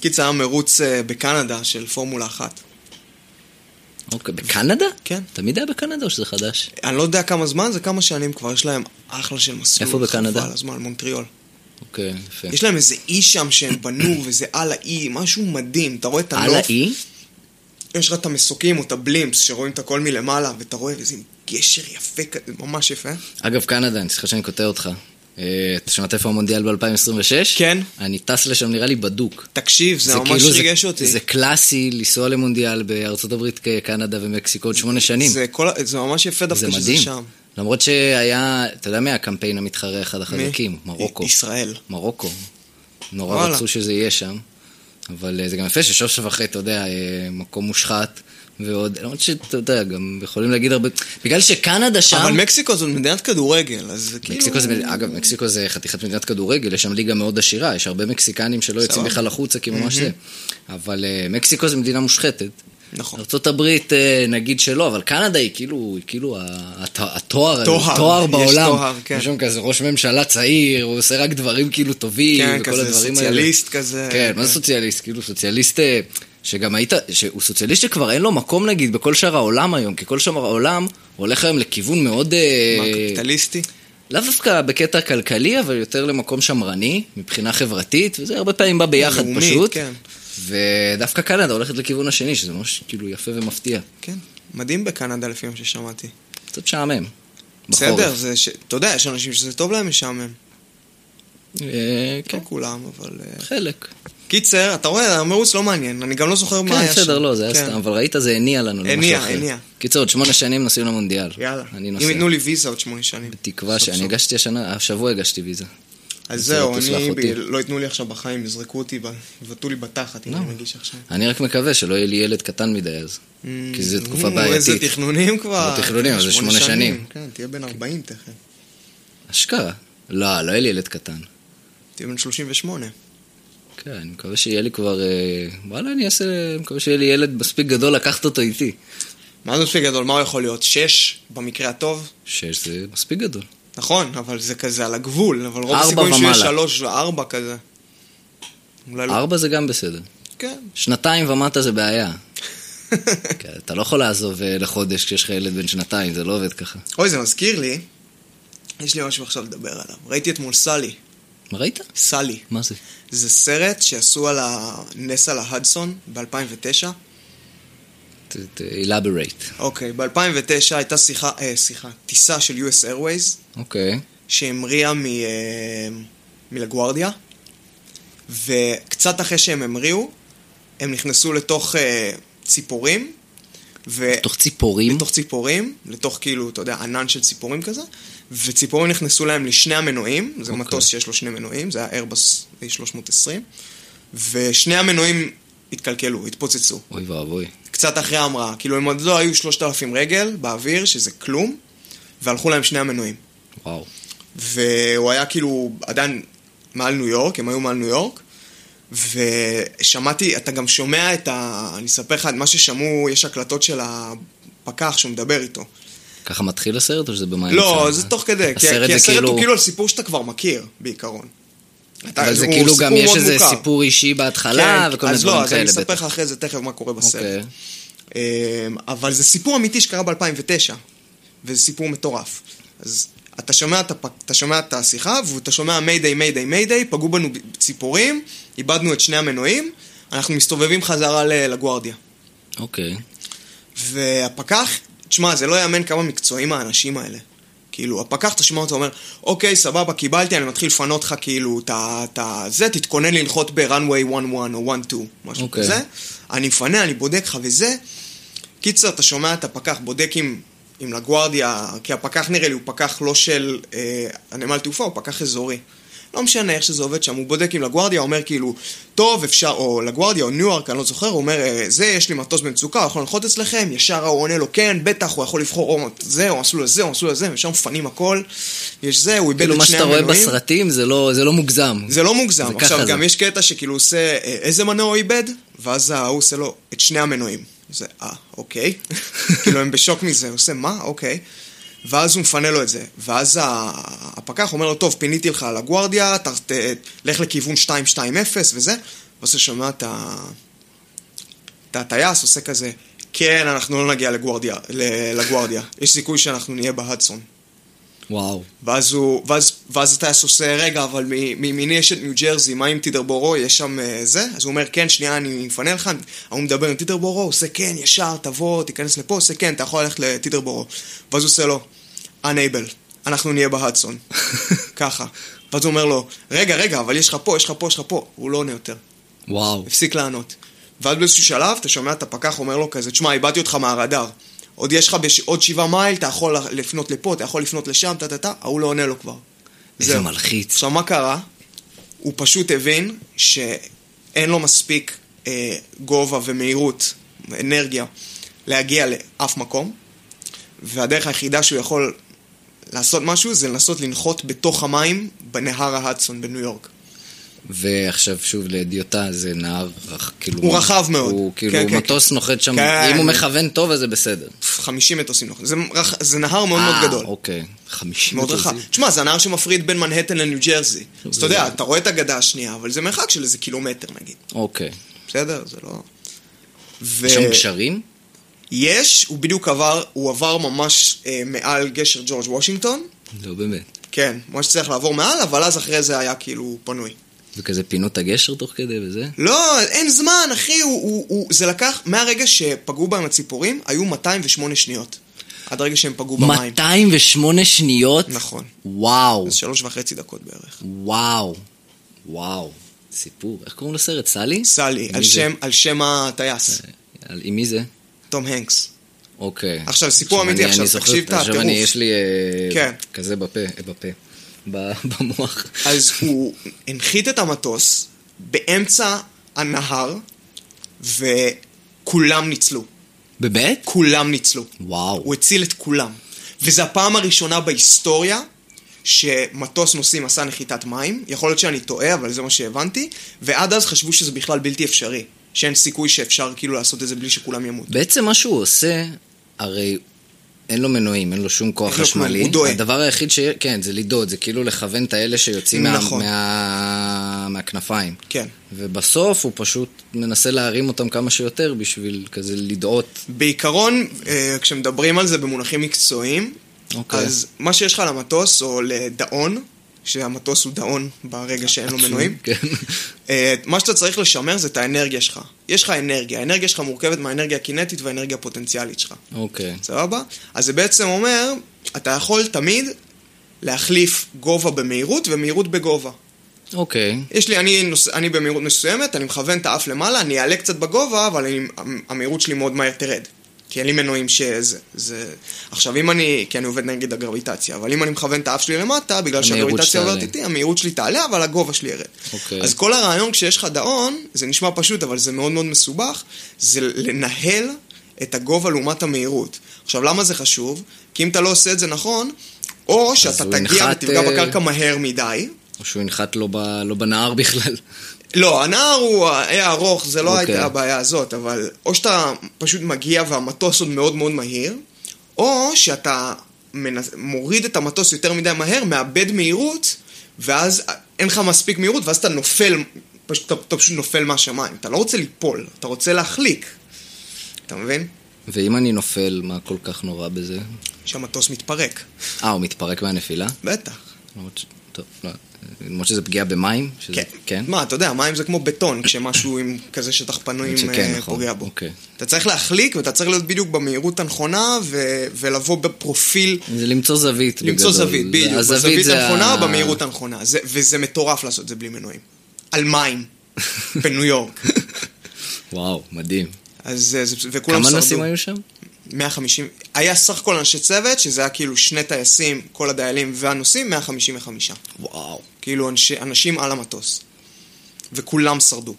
[SPEAKER 2] קיצר, היה מרוץ אה, בקנדה של פורמולה אחת.
[SPEAKER 1] אוקיי, בקנדה?
[SPEAKER 2] כן.
[SPEAKER 1] תמיד היה בקנדה או שזה חדש?
[SPEAKER 2] אני לא יודע כמה זמן, זה כמה שנים כבר, יש להם אחלה של מסלול.
[SPEAKER 1] איפה בקנדה?
[SPEAKER 2] חבל הזמן, מונטריאול.
[SPEAKER 1] אוקיי, יפה.
[SPEAKER 2] יש להם איזה אי שם שהם בנו, וזה על האי, משהו מדהים. אתה רואה את הנוף,
[SPEAKER 1] על האי?
[SPEAKER 2] יש לך את המסוקים או את הבלימפס שרואים את הכל מלמעלה, ואתה רואה איזה גשר יפה כזה, ממש יפה.
[SPEAKER 1] אגב, קנדה, אני סליחה שאני קוטע אותך. אה, אתה שמעת איפה המונדיאל ב-2026?
[SPEAKER 2] כן.
[SPEAKER 1] אני טס לשם נראה לי בדוק.
[SPEAKER 2] תקשיב, זה ממש
[SPEAKER 1] כאילו-
[SPEAKER 2] ריגש אותי.
[SPEAKER 1] זה קלאסי לנסוע למונדיאל בארצות הברית, קנדה ומקסיקו עוד שמונה שנים.
[SPEAKER 2] זה כל ה- זה ממש יפה
[SPEAKER 1] זה
[SPEAKER 2] דווקא שזה
[SPEAKER 1] מדהים.
[SPEAKER 2] שם.
[SPEAKER 1] למרות שהיה, אתה יודע מי הקמפיין המתחרה אחד החזקים? מרוקו.
[SPEAKER 2] י- ישראל.
[SPEAKER 1] מרוקו. נורא
[SPEAKER 2] וואלה.
[SPEAKER 1] רצו שזה יהיה שם. אבל אה, זה גם יפה ששלוש וחצי, אתה יודע, אה, מקום מושחת. ועוד, למרות שאתה יודע, גם יכולים להגיד הרבה... בגלל שקנדה שם...
[SPEAKER 2] אבל מקסיקו זאת מדינת כדורגל, אז זה כאילו...
[SPEAKER 1] מקסיקו זה, אגב, מקסיקו זה חתיכת מדינת כדורגל, יש שם ליגה מאוד עשירה, יש הרבה מקסיקנים שלא יוצאים
[SPEAKER 2] סבבה.
[SPEAKER 1] בכלל החוצה, כי ממש זה. אבל אה, מקסיקו זה מדינה מושחתת.
[SPEAKER 2] נכון.
[SPEAKER 1] ארה"ב אה, נגיד שלא, אבל קנדה היא כאילו, היא כאילו הת- התואר,
[SPEAKER 2] תואר,
[SPEAKER 1] התואר
[SPEAKER 2] יש
[SPEAKER 1] בעולם.
[SPEAKER 2] תואר, כן.
[SPEAKER 1] יש שם כזה ראש ממשלה צעיר, הוא עושה רק דברים כאילו טובים,
[SPEAKER 2] כן,
[SPEAKER 1] וכל
[SPEAKER 2] כזה
[SPEAKER 1] הדברים האלה.
[SPEAKER 2] סוציאליסט כזה.
[SPEAKER 1] כן, מה זה סוציאליסט? כאילו סוציאליסט אה, שגם היית, שהוא סוציאליסט שכבר אין לו מקום נגיד בכל שאר העולם היום, כי כל שאר העולם הוא הולך היום לכיוון מאוד... אה,
[SPEAKER 2] מה, קפיטליסטי?
[SPEAKER 1] לאו דווקא בקטע כלכלי, אבל יותר למקום שמרני, מבחינה חברתית, וזה הרבה פעמים בא ביחד
[SPEAKER 2] לאומית,
[SPEAKER 1] פשוט.
[SPEAKER 2] כן.
[SPEAKER 1] ודווקא קנדה הולכת לכיוון השני, שזה ממש כאילו יפה ומפתיע.
[SPEAKER 2] כן. מדהים בקנדה לפי מה ששמעתי.
[SPEAKER 1] קצת משעמם. בחורף.
[SPEAKER 2] בסדר, זה ש... אתה יודע, יש אנשים שזה טוב להם משעמם.
[SPEAKER 1] אה,
[SPEAKER 2] לא
[SPEAKER 1] כן,
[SPEAKER 2] כולם, אבל... אה,
[SPEAKER 1] חלק.
[SPEAKER 2] קיצר, אתה רואה, המרוץ לא מעניין, אני גם לא זוכר מה
[SPEAKER 1] כן,
[SPEAKER 2] היה שם.
[SPEAKER 1] בסדר, לא, זה היה
[SPEAKER 2] כן.
[SPEAKER 1] סתם, אבל ראית, זה הניע לנו למשהו
[SPEAKER 2] הניע,
[SPEAKER 1] אחר.
[SPEAKER 2] הניע.
[SPEAKER 1] קיצור, עוד שמונה שנים נוסעים למונדיאל.
[SPEAKER 2] יאללה.
[SPEAKER 1] אני
[SPEAKER 2] אם
[SPEAKER 1] נוסע.
[SPEAKER 2] ייתנו לי ויזה עוד שמונה שנים.
[SPEAKER 1] תקווה
[SPEAKER 2] סוף
[SPEAKER 1] שאני
[SPEAKER 2] סוף.
[SPEAKER 1] הגשתי השנה, השבוע הגשתי ויזה.
[SPEAKER 2] אז
[SPEAKER 1] זה
[SPEAKER 2] זהו,
[SPEAKER 1] לא תסלח
[SPEAKER 2] אני... ב-
[SPEAKER 1] אותי.
[SPEAKER 2] לא ייתנו לי עכשיו בחיים, יזרקו אותי, ב- יבטאו לי בתחת אם אני מגיש עכשיו.
[SPEAKER 1] אני רק מקווה שלא יהיה לי ילד קטן מדי אז. כי זו תקופה
[SPEAKER 2] נו, איזה
[SPEAKER 1] בעייתית.
[SPEAKER 2] תכנונים כבר.
[SPEAKER 1] לא תכנונים, אבל זה שמונה שנים.
[SPEAKER 2] כן, תהיה בן 40 תכף.
[SPEAKER 1] אשכרה. לא, לא יהיה לי ילד קטן.
[SPEAKER 2] תהיה בן 38.
[SPEAKER 1] כן, אני מקווה שיהיה לי כבר... אה, וואלה, אני אעשה... אני מקווה שיהיה לי ילד מספיק גדול לקחת אותו איתי.
[SPEAKER 2] מה זה מספיק גדול? מה הוא יכול להיות? שש, במקרה הטוב?
[SPEAKER 1] שש זה מספיק גדול.
[SPEAKER 2] נכון, אבל זה כזה על הגבול, אבל רוב
[SPEAKER 1] ארבע
[SPEAKER 2] הסיכויים שהוא יהיה
[SPEAKER 1] ומעלה.
[SPEAKER 2] שלוש וארבע כזה. אולי לא.
[SPEAKER 1] ארבע זה גם בסדר.
[SPEAKER 2] כן.
[SPEAKER 1] שנתיים ומטה זה בעיה. כן, אתה לא יכול לעזוב אה, לחודש כשיש לך ילד בן שנתיים, זה לא עובד ככה.
[SPEAKER 2] אוי, זה מזכיר לי, יש לי משהו עכשיו לדבר עליו. ראיתי אתמול סלי.
[SPEAKER 1] מה ראית?
[SPEAKER 2] סלי.
[SPEAKER 1] מה זה?
[SPEAKER 2] זה סרט שעשו על הנס על ההדסון ב-2009.
[SPEAKER 1] ת- ת- elaborate.
[SPEAKER 2] אוקיי, ב-2009 הייתה שיחה, אה, שיחה, טיסה של US Airways
[SPEAKER 1] אוקיי.
[SPEAKER 2] שהמריאה מ, אה, מלגוארדיה, וקצת אחרי שהם המריאו, הם נכנסו לתוך אה, ציפורים, ו...
[SPEAKER 1] בתוך ציפורים?
[SPEAKER 2] לתוך ציפורים, לתוך כאילו, אתה יודע, ענן של ציפורים כזה, וציפורים נכנסו להם לשני המנועים, זה okay.
[SPEAKER 1] אוקיי.
[SPEAKER 2] מטוס שיש לו שני מנועים, זה היה איירבס 320, ושני המנועים התקלקלו, התפוצצו.
[SPEAKER 1] אוי ואבוי.
[SPEAKER 2] קצת אחרי ההמראה, כאילו הם עוד לא היו 3,000 רגל באוויר, שזה כלום, והלכו להם שני המנועים.
[SPEAKER 1] וואו.
[SPEAKER 2] והוא היה כאילו עדיין מעל ניו יורק, הם היו מעל ניו יורק, ושמעתי, אתה גם שומע את ה... אני אספר לך את מה ששמעו, יש הקלטות של הפקח שהוא מדבר איתו.
[SPEAKER 1] ככה מתחיל הסרט או שזה במים?
[SPEAKER 2] לא,
[SPEAKER 1] צהר?
[SPEAKER 2] זה תוך כדי, כי
[SPEAKER 1] אוקיי. הסרט
[SPEAKER 2] כי
[SPEAKER 1] זה
[SPEAKER 2] הסרט הוא
[SPEAKER 1] כאילו-
[SPEAKER 2] כאילו על סיפור שאתה כבר מכיר, בעיקרון.
[SPEAKER 1] אבל זה
[SPEAKER 2] הוא
[SPEAKER 1] כאילו גם
[SPEAKER 2] סיפור
[SPEAKER 1] יש
[SPEAKER 2] מאוד
[SPEAKER 1] איזה
[SPEAKER 2] מוכר.
[SPEAKER 1] סיפור אישי בהתחלה
[SPEAKER 2] כן,
[SPEAKER 1] וכל מיני דברים
[SPEAKER 2] אז
[SPEAKER 1] כאלה.
[SPEAKER 2] לא, אז אני אספר
[SPEAKER 1] בטח.
[SPEAKER 2] לך אחרי זה תכף מה קורה בסרט.
[SPEAKER 1] אוקיי.
[SPEAKER 2] אמ, אבל זה סיפור אמיתי שקרה ב-2009, וזה סיפור מטורף. אז אתה שומע, את הפ- אתה שומע את השיחה, ואתה שומע מיידיי, מיידיי, מיידיי, פגעו בנו ציפורים, איבדנו את שני המנועים, אנחנו מסתובבים חזרה ל- לגוארדיה.
[SPEAKER 1] אוקיי.
[SPEAKER 2] והפקח, תשמע, זה לא יאמן כמה מקצועיים האנשים האלה. כאילו, הפקח, אתה שומע אותו אומר, אוקיי, סבבה, קיבלתי, אני מתחיל לפנות לך, כאילו, את ה- את ה... זה, תתכונן לנחות ב-runway 1-1 או 1-2, משהו
[SPEAKER 1] אוקיי.
[SPEAKER 2] כזה. אני מפנה, אני בודק לך וזה. קיצר, אתה שומע את הפקח, בודק אם, אם לגוארדיה, כי הפקח נראה לי הוא פקח לא של אה, הנמל תעופה, הוא פקח אזורי. לא משנה איך שזה עובד שם, הוא בודק אם לגוארדיה, אומר כאילו, טוב, אפשר, או לגוארדיה, או ניו-יורק, אני לא זוכר, הוא אומר, "אה, זה, יש לי מטוס במצוקה, הוא יכול לנחות אצלכם, ישר הוא עונה לו, כן, בטח, הוא יכול לבחור או זה, או מסלול הזה, או מסלול הזה, וישר מפנים הכל, יש זה, הוא איבד
[SPEAKER 1] כאילו מה
[SPEAKER 2] את שני
[SPEAKER 1] שאתה רואה
[SPEAKER 2] המנועים.
[SPEAKER 1] בסרטים זה לא- זה לא מוגזם.
[SPEAKER 2] זה לא מוגזם.
[SPEAKER 1] זה
[SPEAKER 2] עכשיו,
[SPEAKER 1] ככה
[SPEAKER 2] גם
[SPEAKER 1] זה.
[SPEAKER 2] יש קטע שכאילו הוא עושה אה, איזה מנוע הוא איבד, ואז ההוא עושה לו את שני המנועים. זה, אה, אוקיי. כאילו, הם בשוק מזה, הוא עושה, מה? אוקיי. ואז הוא מפנה לו את זה. ואז ה- הפקח אומר לו, טוב, פיניתי לך על הגוארדיה, ת- ת- לך לכיוון 220 וזה. ואז הוא שומע את ה... את הטייס עושה כזה, כן, אנחנו לא נגיע לגוארדיה, ל- לגוארדיה. יש סיכוי שאנחנו נהיה בהדסון.
[SPEAKER 1] וואו.
[SPEAKER 2] ואז, הוא, ואז, ואז הטייס עושה, רגע, אבל מ- מימיני יש את ניו ג'רזי, מה עם טידרבורו, יש שם אה, זה? אז הוא אומר, כן, שנייה, אני מפנה לך. ההוא מדבר עם טידרבורו, הוא עושה, כן, ישר, תבוא, תיכנס לפה, עושה, כן, אתה יכול ללכת לטידרבורו. ואז הוא עושה לו, unable, אנחנו נהיה בהדסון. ככה. ואז הוא אומר לו, רגע, רגע, אבל יש לך פה, יש לך פה, יש לך פה. הוא לא עונה יותר.
[SPEAKER 1] וואו.
[SPEAKER 2] הפסיק לענות. ואז באיזשהו שלב, אתה שומע את הפקח אומר לו כזה, תשמע, איבדתי אותך מהרדאר. עוד יש לך בש... עוד שבעה מייל, אתה יכול לפנות לפה, אתה יכול לפנות לשם, טה-טה-טה, ההוא לא עונה לו כבר.
[SPEAKER 1] איזה
[SPEAKER 2] זהו.
[SPEAKER 1] מלחיץ.
[SPEAKER 2] עכשיו, מה קרה? הוא פשוט הבין שאין לו מספיק אה, גובה ומהירות, אנרגיה, להגיע לאף מקום, והדרך היחידה שהוא יכול לעשות משהו זה לנסות לנחות בתוך המים בנהר ההדסון בניו יורק.
[SPEAKER 1] ועכשיו שוב לאדיוטה זה נהר רך- כאילו...
[SPEAKER 2] הוא רחב מאוד.
[SPEAKER 1] הוא כאילו
[SPEAKER 2] כן, כן,
[SPEAKER 1] מטוס נוחת שם.
[SPEAKER 2] כן.
[SPEAKER 1] אם הוא מכוון טוב אז זה בסדר.
[SPEAKER 2] 50 מטוסים נוחים. זה, רח... זה נהר מאוד מאוד
[SPEAKER 1] אה,
[SPEAKER 2] גדול.
[SPEAKER 1] אוקיי. חמישים
[SPEAKER 2] מאוד רחב. תשמע, זה הנהר שמפריד בין מנהטן לניו ג'רזי. אז אתה יודע, אתה רואה את הגדה השנייה, אבל זה מרחק של איזה קילומטר נגיד.
[SPEAKER 1] אוקיי.
[SPEAKER 2] בסדר? זה לא... ו...
[SPEAKER 1] יש שם גשרים?
[SPEAKER 2] יש, הוא בדיוק עבר, הוא עבר ממש אה, מעל גשר ג'ורג' וושינגטון.
[SPEAKER 1] לא באמת.
[SPEAKER 2] כן, ממש צריך לעבור מעל, אבל אז אחרי זה היה כאילו פנוי.
[SPEAKER 1] וכזה פינו את הגשר תוך כדי וזה?
[SPEAKER 2] לא, אין זמן, אחי, הוא, הוא, הוא, זה לקח, מהרגע שפגעו בהם הציפורים, היו 208 שניות. עד הרגע שהם פגעו במים.
[SPEAKER 1] 208 שניות?
[SPEAKER 2] נכון.
[SPEAKER 1] וואו.
[SPEAKER 2] אז שלוש וחצי דקות בערך.
[SPEAKER 1] וואו. וואו. סיפור. איך קוראים לסרט? סלי?
[SPEAKER 2] סלי,
[SPEAKER 1] מי
[SPEAKER 2] על
[SPEAKER 1] זה? אה.
[SPEAKER 2] שם, על שם הטייס,
[SPEAKER 1] על- עם מי זה?
[SPEAKER 2] תום הנקס.
[SPEAKER 1] אוקיי.
[SPEAKER 2] עכשיו, סיפור
[SPEAKER 1] עכשיו
[SPEAKER 2] אמיתי,
[SPEAKER 1] אני-
[SPEAKER 2] עכשיו,
[SPEAKER 1] אני זוכר-
[SPEAKER 2] תקשיב את
[SPEAKER 1] עכשיו אני,
[SPEAKER 2] הטירוף.
[SPEAKER 1] יש לי אה,
[SPEAKER 2] כן.
[SPEAKER 1] כזה בפה, אה, בפה, ב- במוח.
[SPEAKER 2] אז הוא הנחית את המטוס באמצע הנהר, וכולם ניצלו.
[SPEAKER 1] באמת?
[SPEAKER 2] כולם ניצלו.
[SPEAKER 1] וואו.
[SPEAKER 2] הוא הציל את כולם. וזו הפעם הראשונה בהיסטוריה שמטוס נוסעים עשה נחיתת מים. יכול להיות שאני טועה, אבל זה מה שהבנתי. ועד אז חשבו שזה בכלל בלתי אפשרי. שאין סיכוי שאפשר כאילו לעשות את זה בלי שכולם ימותו.
[SPEAKER 1] בעצם מה שהוא עושה, הרי אין לו מנועים, אין לו שום כוח
[SPEAKER 2] אין לו כלום,
[SPEAKER 1] חשמלי.
[SPEAKER 2] הוא דוהה.
[SPEAKER 1] הדבר היחיד ש... כן, זה לדוד, זה כאילו לכוון את האלה שיוצאים מה-
[SPEAKER 2] נכון.
[SPEAKER 1] מה- מהכנפיים.
[SPEAKER 2] כן.
[SPEAKER 1] ובסוף הוא פשוט מנסה להרים אותם כמה שיותר בשביל כזה לדאות.
[SPEAKER 2] בעיקרון, אה, כשמדברים על זה במונחים מקצועיים,
[SPEAKER 1] אוקיי.
[SPEAKER 2] אז מה שיש לך למטוס, או לדאון, שהמטוס הוא דאון ברגע שאין לו
[SPEAKER 1] עצום,
[SPEAKER 2] מנועים,
[SPEAKER 1] כן.
[SPEAKER 2] אה, מה שאתה צריך לשמר זה את האנרגיה שלך. יש לך אנרגיה, האנרגיה שלך מורכבת מהאנרגיה הקינטית והאנרגיה הפוטנציאלית שלך.
[SPEAKER 1] אוקיי.
[SPEAKER 2] סבבה? אז זה בעצם אומר, אתה יכול תמיד להחליף גובה במהירות ומהירות בגובה.
[SPEAKER 1] אוקיי.
[SPEAKER 2] יש לי, אני, נוס, אני במהירות מסוימת, אני מכוון את האף למעלה, אני אעלה קצת בגובה, אבל אני, המהירות שלי מאוד מהר תרד. כי אין לי מנועים שזה... זה... עכשיו, אם אני... כי אני עובד נגד הגרביטציה, אבל אם אני מכוון את האף שלי למטה, בגלל
[SPEAKER 1] המהירות
[SPEAKER 2] שהגרביטציה
[SPEAKER 1] שתעלה.
[SPEAKER 2] עוברת איתי, המהירות שלי תעלה, אבל הגובה שלי ירד.
[SPEAKER 1] אוקיי.
[SPEAKER 2] אז כל הרעיון כשיש לך דאון, זה נשמע פשוט, אבל זה מאוד מאוד מסובך, זה לנהל את הגובה לעומת המהירות. עכשיו, למה זה חשוב? כי אם אתה לא עושה את זה נכון, או שאתה
[SPEAKER 1] הוא
[SPEAKER 2] תגיע
[SPEAKER 1] ינחת,
[SPEAKER 2] ותפגע
[SPEAKER 1] אה,
[SPEAKER 2] בקרקע מהר מדי,
[SPEAKER 1] או שהוא ינחת לו ב- לא בנהר בכלל.
[SPEAKER 2] לא, הנהר הוא היה ארוך, זה לא okay.
[SPEAKER 1] אוקיי.
[SPEAKER 2] הייתה הבעיה הזאת, אבל או שאתה פשוט מגיע והמטוס עוד מאוד מאוד מהיר, או שאתה מנס... מוריד את המטוס יותר מדי מהר, מאבד מהירות, ואז אין לך מספיק מהירות, ואז אתה נופל, פשוט, אתה, אתה פשוט נופל מהשמיים. אתה לא רוצה ליפול, אתה רוצה להחליק. אתה מבין?
[SPEAKER 1] ואם אני נופל, מה כל כך נורא בזה?
[SPEAKER 2] שהמטוס מתפרק.
[SPEAKER 1] אה, הוא מתפרק מהנפילה?
[SPEAKER 2] בטח.
[SPEAKER 1] למרות ש... טוב, לא. למרות שזה פגיעה במים? שזה...
[SPEAKER 2] כן. מה, אתה יודע, מים זה כמו בטון, כשמשהו עם כזה שטח פנויים
[SPEAKER 1] שכן,
[SPEAKER 2] אה,
[SPEAKER 1] נכון.
[SPEAKER 2] פוגע בו.
[SPEAKER 1] אוקיי.
[SPEAKER 2] אתה צריך להחליק ואתה צריך להיות בדיוק במהירות הנכונה ו- ולבוא בפרופיל,
[SPEAKER 1] זה למצוא זווית בגדול.
[SPEAKER 2] למצוא זווית, בדיוק,
[SPEAKER 1] הזווית
[SPEAKER 2] בזווית
[SPEAKER 1] זה
[SPEAKER 2] הנכונה,
[SPEAKER 1] ה-
[SPEAKER 2] במהירות הנכונה. זה- וזה מטורף לעשות את זה בלי מנועים. על מים, בניו יורק.
[SPEAKER 1] וואו, מדהים.
[SPEAKER 2] אז אה, זה- וכולם
[SPEAKER 1] כמה
[SPEAKER 2] שרדו.
[SPEAKER 1] נוסעים היו שם?
[SPEAKER 2] 150, היה סך הכל אנשי צוות, שזה היה כאילו שני טייסים, כל הדיילים והנוסעים, 155.
[SPEAKER 1] וואו.
[SPEAKER 2] כאילו אנשי, אנשים על המטוס. וכולם שרדו.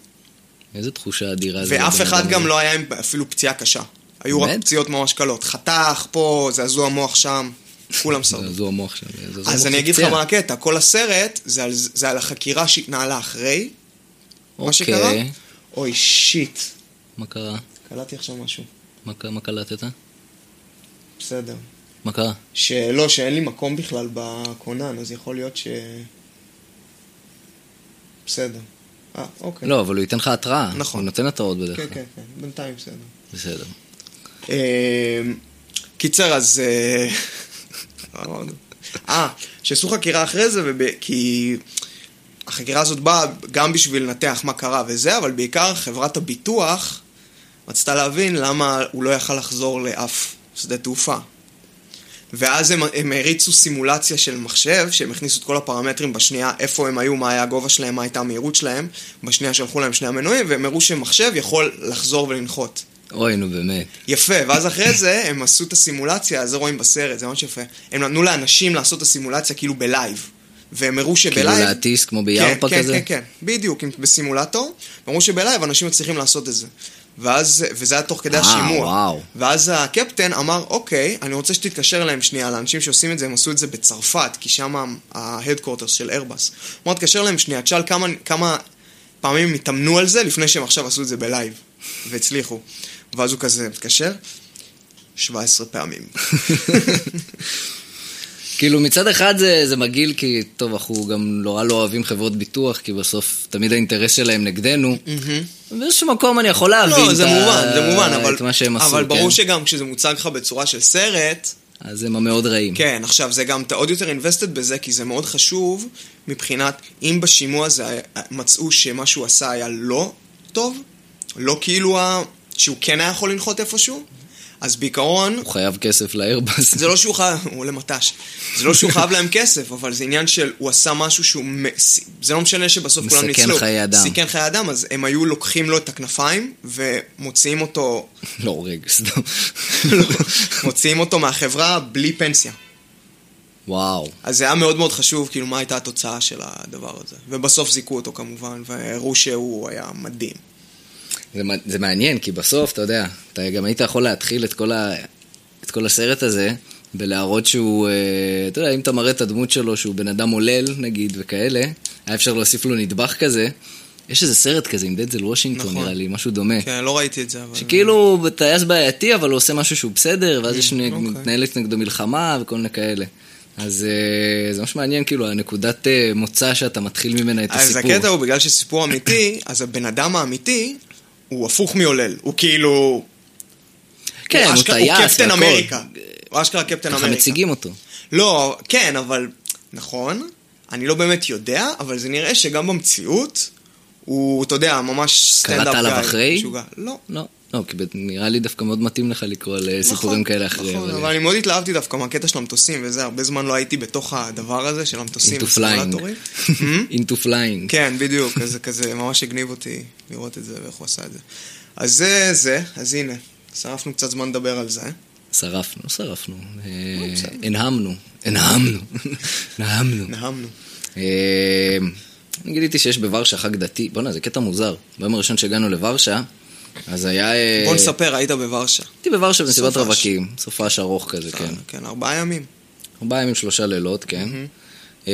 [SPEAKER 1] איזה תחושה אדירה זה.
[SPEAKER 2] ואף
[SPEAKER 1] לבן
[SPEAKER 2] אחד
[SPEAKER 1] אדם
[SPEAKER 2] גם
[SPEAKER 1] הזה.
[SPEAKER 2] לא היה עם אפילו פציעה קשה. היו רק
[SPEAKER 1] באמת?
[SPEAKER 2] פציעות ממש קלות. חתך פה, זעזוע מוח שם, כולם לא שרדו.
[SPEAKER 1] זעזוע מוח שם. זעזוע
[SPEAKER 2] אז
[SPEAKER 1] מוח
[SPEAKER 2] אני אגיד לך
[SPEAKER 1] פציעה.
[SPEAKER 2] מה הקטע, כל הסרט זה על, זה על החקירה שהתנהלה אחרי מה שקרה.
[SPEAKER 1] אוקיי.
[SPEAKER 2] אוי, שיט.
[SPEAKER 1] מה קרה?
[SPEAKER 2] קלטתי עכשיו משהו.
[SPEAKER 1] מה ק- מה קלטת?
[SPEAKER 2] בסדר.
[SPEAKER 1] מה קרה?
[SPEAKER 2] שלא, שאין לי מקום בכלל בכונן, אז יכול להיות ש... בסדר. אה, אוקיי.
[SPEAKER 1] לא, אבל הוא ייתן לך התראה.
[SPEAKER 2] נכון.
[SPEAKER 1] הוא נותן התראות בדרך
[SPEAKER 2] כן,
[SPEAKER 1] כלל.
[SPEAKER 2] כן, כן, בינתיים בסדר.
[SPEAKER 1] בסדר.
[SPEAKER 2] אמ, קיצר, אז... אה, מה אמרנו? אה, שעשו חקירה אחרי זה, וב... כי החקירה הזאת באה גם בשביל לנתח מה קרה וזה, אבל בעיקר חברת הביטוח רצתה להבין למה הוא לא יכל לחזור לאף שדה תעופה. ואז הם, הם הריצו סימולציה של מחשב, שהם הכניסו את כל הפרמטרים בשנייה, איפה הם היו, מה היה הגובה שלהם, מה הייתה המהירות שלהם, בשנייה שלחו להם שני המנויים, והם הראו שמחשב יכול לחזור ולנחות.
[SPEAKER 1] אוי, נו באמת.
[SPEAKER 2] יפה, ואז אחרי זה הם עשו את הסימולציה, זה רואים בסרט, זה ממש יפה. הם נתנו לאנשים לעשות את הסימולציה כאילו בלייב. והם הראו שבלייב...
[SPEAKER 1] כאילו להטיס כמו בירפה
[SPEAKER 2] כן,
[SPEAKER 1] כזה?
[SPEAKER 2] כן, כן, כן, בדיוק, עם- בסימולטור. הם אמרו שבלייב אנשים מצליחים לעשות את זה. ואז, וזה היה תוך כדי
[SPEAKER 1] אה,
[SPEAKER 2] השימוע.
[SPEAKER 1] וואו.
[SPEAKER 2] ואז הקפטן אמר, אוקיי, אני רוצה שתתקשר אליהם שנייה, לאנשים שעושים את זה, הם עשו את זה בצרפת, כי שם ההדקורטרס של איירבס. הוא אמר, תתקשר אליהם שנייה, תשאל כמה, כמה פעמים הם התאמנו על זה לפני שהם עכשיו עשו את זה בלייב, והצליחו. ואז הוא כזה מתקשר, 17 פעמים.
[SPEAKER 1] כאילו מצד אחד זה, זה מגעיל כי טוב אנחנו גם נורא לא אוהבים חברות ביטוח כי בסוף תמיד האינטרס שלהם נגדנו. באיזשהו מקום אני יכול להבין
[SPEAKER 2] לא,
[SPEAKER 1] את,
[SPEAKER 2] זה
[SPEAKER 1] ה-
[SPEAKER 2] מובן, זה מובן, אבל,
[SPEAKER 1] את מה שהם עשו.
[SPEAKER 2] אבל ברור
[SPEAKER 1] כן?
[SPEAKER 2] שגם כשזה מוצג לך בצורה של סרט,
[SPEAKER 1] אז הם המאוד רעים.
[SPEAKER 2] כן, עכשיו זה גם, אתה עוד יותר invested בזה, כי זה מאוד חשוב מבחינת, אם בשימוע זה היה- מצאו שמה שהוא עשה היה לא טוב, לא כאילו ה... שהוא כן היה יכול לנחות איפשהו, אז בעיקרון,
[SPEAKER 1] הוא חייב כסף לאיירבאס.
[SPEAKER 2] זה לא שהוא חייב, הוא למט"ש, זה לא שהוא חייב להם כסף, אבל זה עניין של, הוא עשה משהו שהוא, מ- זה לא משנה שבסוף כולם
[SPEAKER 1] מסכן
[SPEAKER 2] ניצלו.
[SPEAKER 1] חיי אדם.
[SPEAKER 2] סיכן חיי אדם, אז הם היו לוקחים לו את הכנפיים ומוציאים אותו,
[SPEAKER 1] לא, רגע, סתם. לא.
[SPEAKER 2] מוציאים אותו מהחברה בלי פנסיה.
[SPEAKER 1] וואו.
[SPEAKER 2] אז זה היה מאוד מאוד חשוב, כאילו, מה הייתה התוצאה של הדבר הזה. ובסוף זיכו אותו כמובן, והראו שהוא היה מדהים.
[SPEAKER 1] זה, מע- זה מעניין, כי בסוף, אתה יודע, אתה גם היית יכול להתחיל את כל, ה, את כל הסרט הזה ולהראות שהוא, אה, אתה יודע, אם אתה מראה את הדמות שלו שהוא בן אדם עולל, נגיד, וכאלה, היה אפשר להוסיף לו נדבך כזה. יש איזה סרט כזה עם דנזל וושינגטון,
[SPEAKER 2] נכון.
[SPEAKER 1] נראה לי, משהו דומה.
[SPEAKER 2] כן, לא ראיתי את זה, אבל...
[SPEAKER 1] שכאילו הוא טייס בעייתי, אבל הוא עושה משהו שהוא בסדר, ואז יש נג-
[SPEAKER 2] אוקיי.
[SPEAKER 1] מתנהלת נגדו מלחמה וכל מיני כאלה. אז אה, זה ממש מעניין, כאילו, הנקודת אה, מוצא שאתה מתחיל ממנה את
[SPEAKER 2] אז
[SPEAKER 1] הסיפור.
[SPEAKER 2] הקטע הוא, בגלל שסיפור אמיתי, אז הבן אדם האמיתי, הוא הפוך מעולל. הוא כאילו...
[SPEAKER 1] כן, הוא
[SPEAKER 2] אשכרה-
[SPEAKER 1] טייס והכל.
[SPEAKER 2] הוא קפטן אמריקה. הוא אשכרה קפטן
[SPEAKER 1] ככה
[SPEAKER 2] אמריקה.
[SPEAKER 1] מציגים אותו.
[SPEAKER 2] לא, כן, אבל... נכון, אני לא באמת יודע, אבל זה נראה שגם במציאות, הוא, אתה יודע, ממש
[SPEAKER 1] קראת
[SPEAKER 2] סטנדאפ
[SPEAKER 1] עליו
[SPEAKER 2] גיא,
[SPEAKER 1] אחרי?
[SPEAKER 2] משוגע. לא.
[SPEAKER 1] לא, לא, כי ב- נראה לי דווקא מאוד מתאים לך לקרוא על אה, סיפורים כאלה אחרי.
[SPEAKER 2] נכון, אבל אני מאוד התלהבתי דווקא מהקטע של המטוסים, וזה, הרבה זמן לא הייתי בתוך הדבר הזה של המטוסים.
[SPEAKER 1] אינטו פליינג.
[SPEAKER 2] וסימולטורים. Hmm?
[SPEAKER 1] אינטו פליינג.
[SPEAKER 2] כן, בדיוק, אז זה כזה ממש הגניב אותי לראות את זה ואיך הוא עשה את זה. אז זה, זה, אז הנה, שרפנו קצת זמן לדבר על זה. אה?
[SPEAKER 1] שרפנו, שרפנו. אה,
[SPEAKER 2] בסדר. נכון.
[SPEAKER 1] הנהמנו. הנהמנו. נהמנו.
[SPEAKER 2] נהמנו.
[SPEAKER 1] אה, אני גיליתי שיש בוורשה חג דתי. בואנה, זה קטע מוזר. ביום הראשון שהגענו לוורשה, אז היה... אה,
[SPEAKER 2] בוא נספר, היית בוורשה.
[SPEAKER 1] הייתי בוורשה במסיבת
[SPEAKER 2] סופש.
[SPEAKER 1] רווקים. סופש ארוך כזה, כן.
[SPEAKER 2] כן, ארבעה ימים.
[SPEAKER 1] ארבעה ימים, שלושה לילות, כן. אה,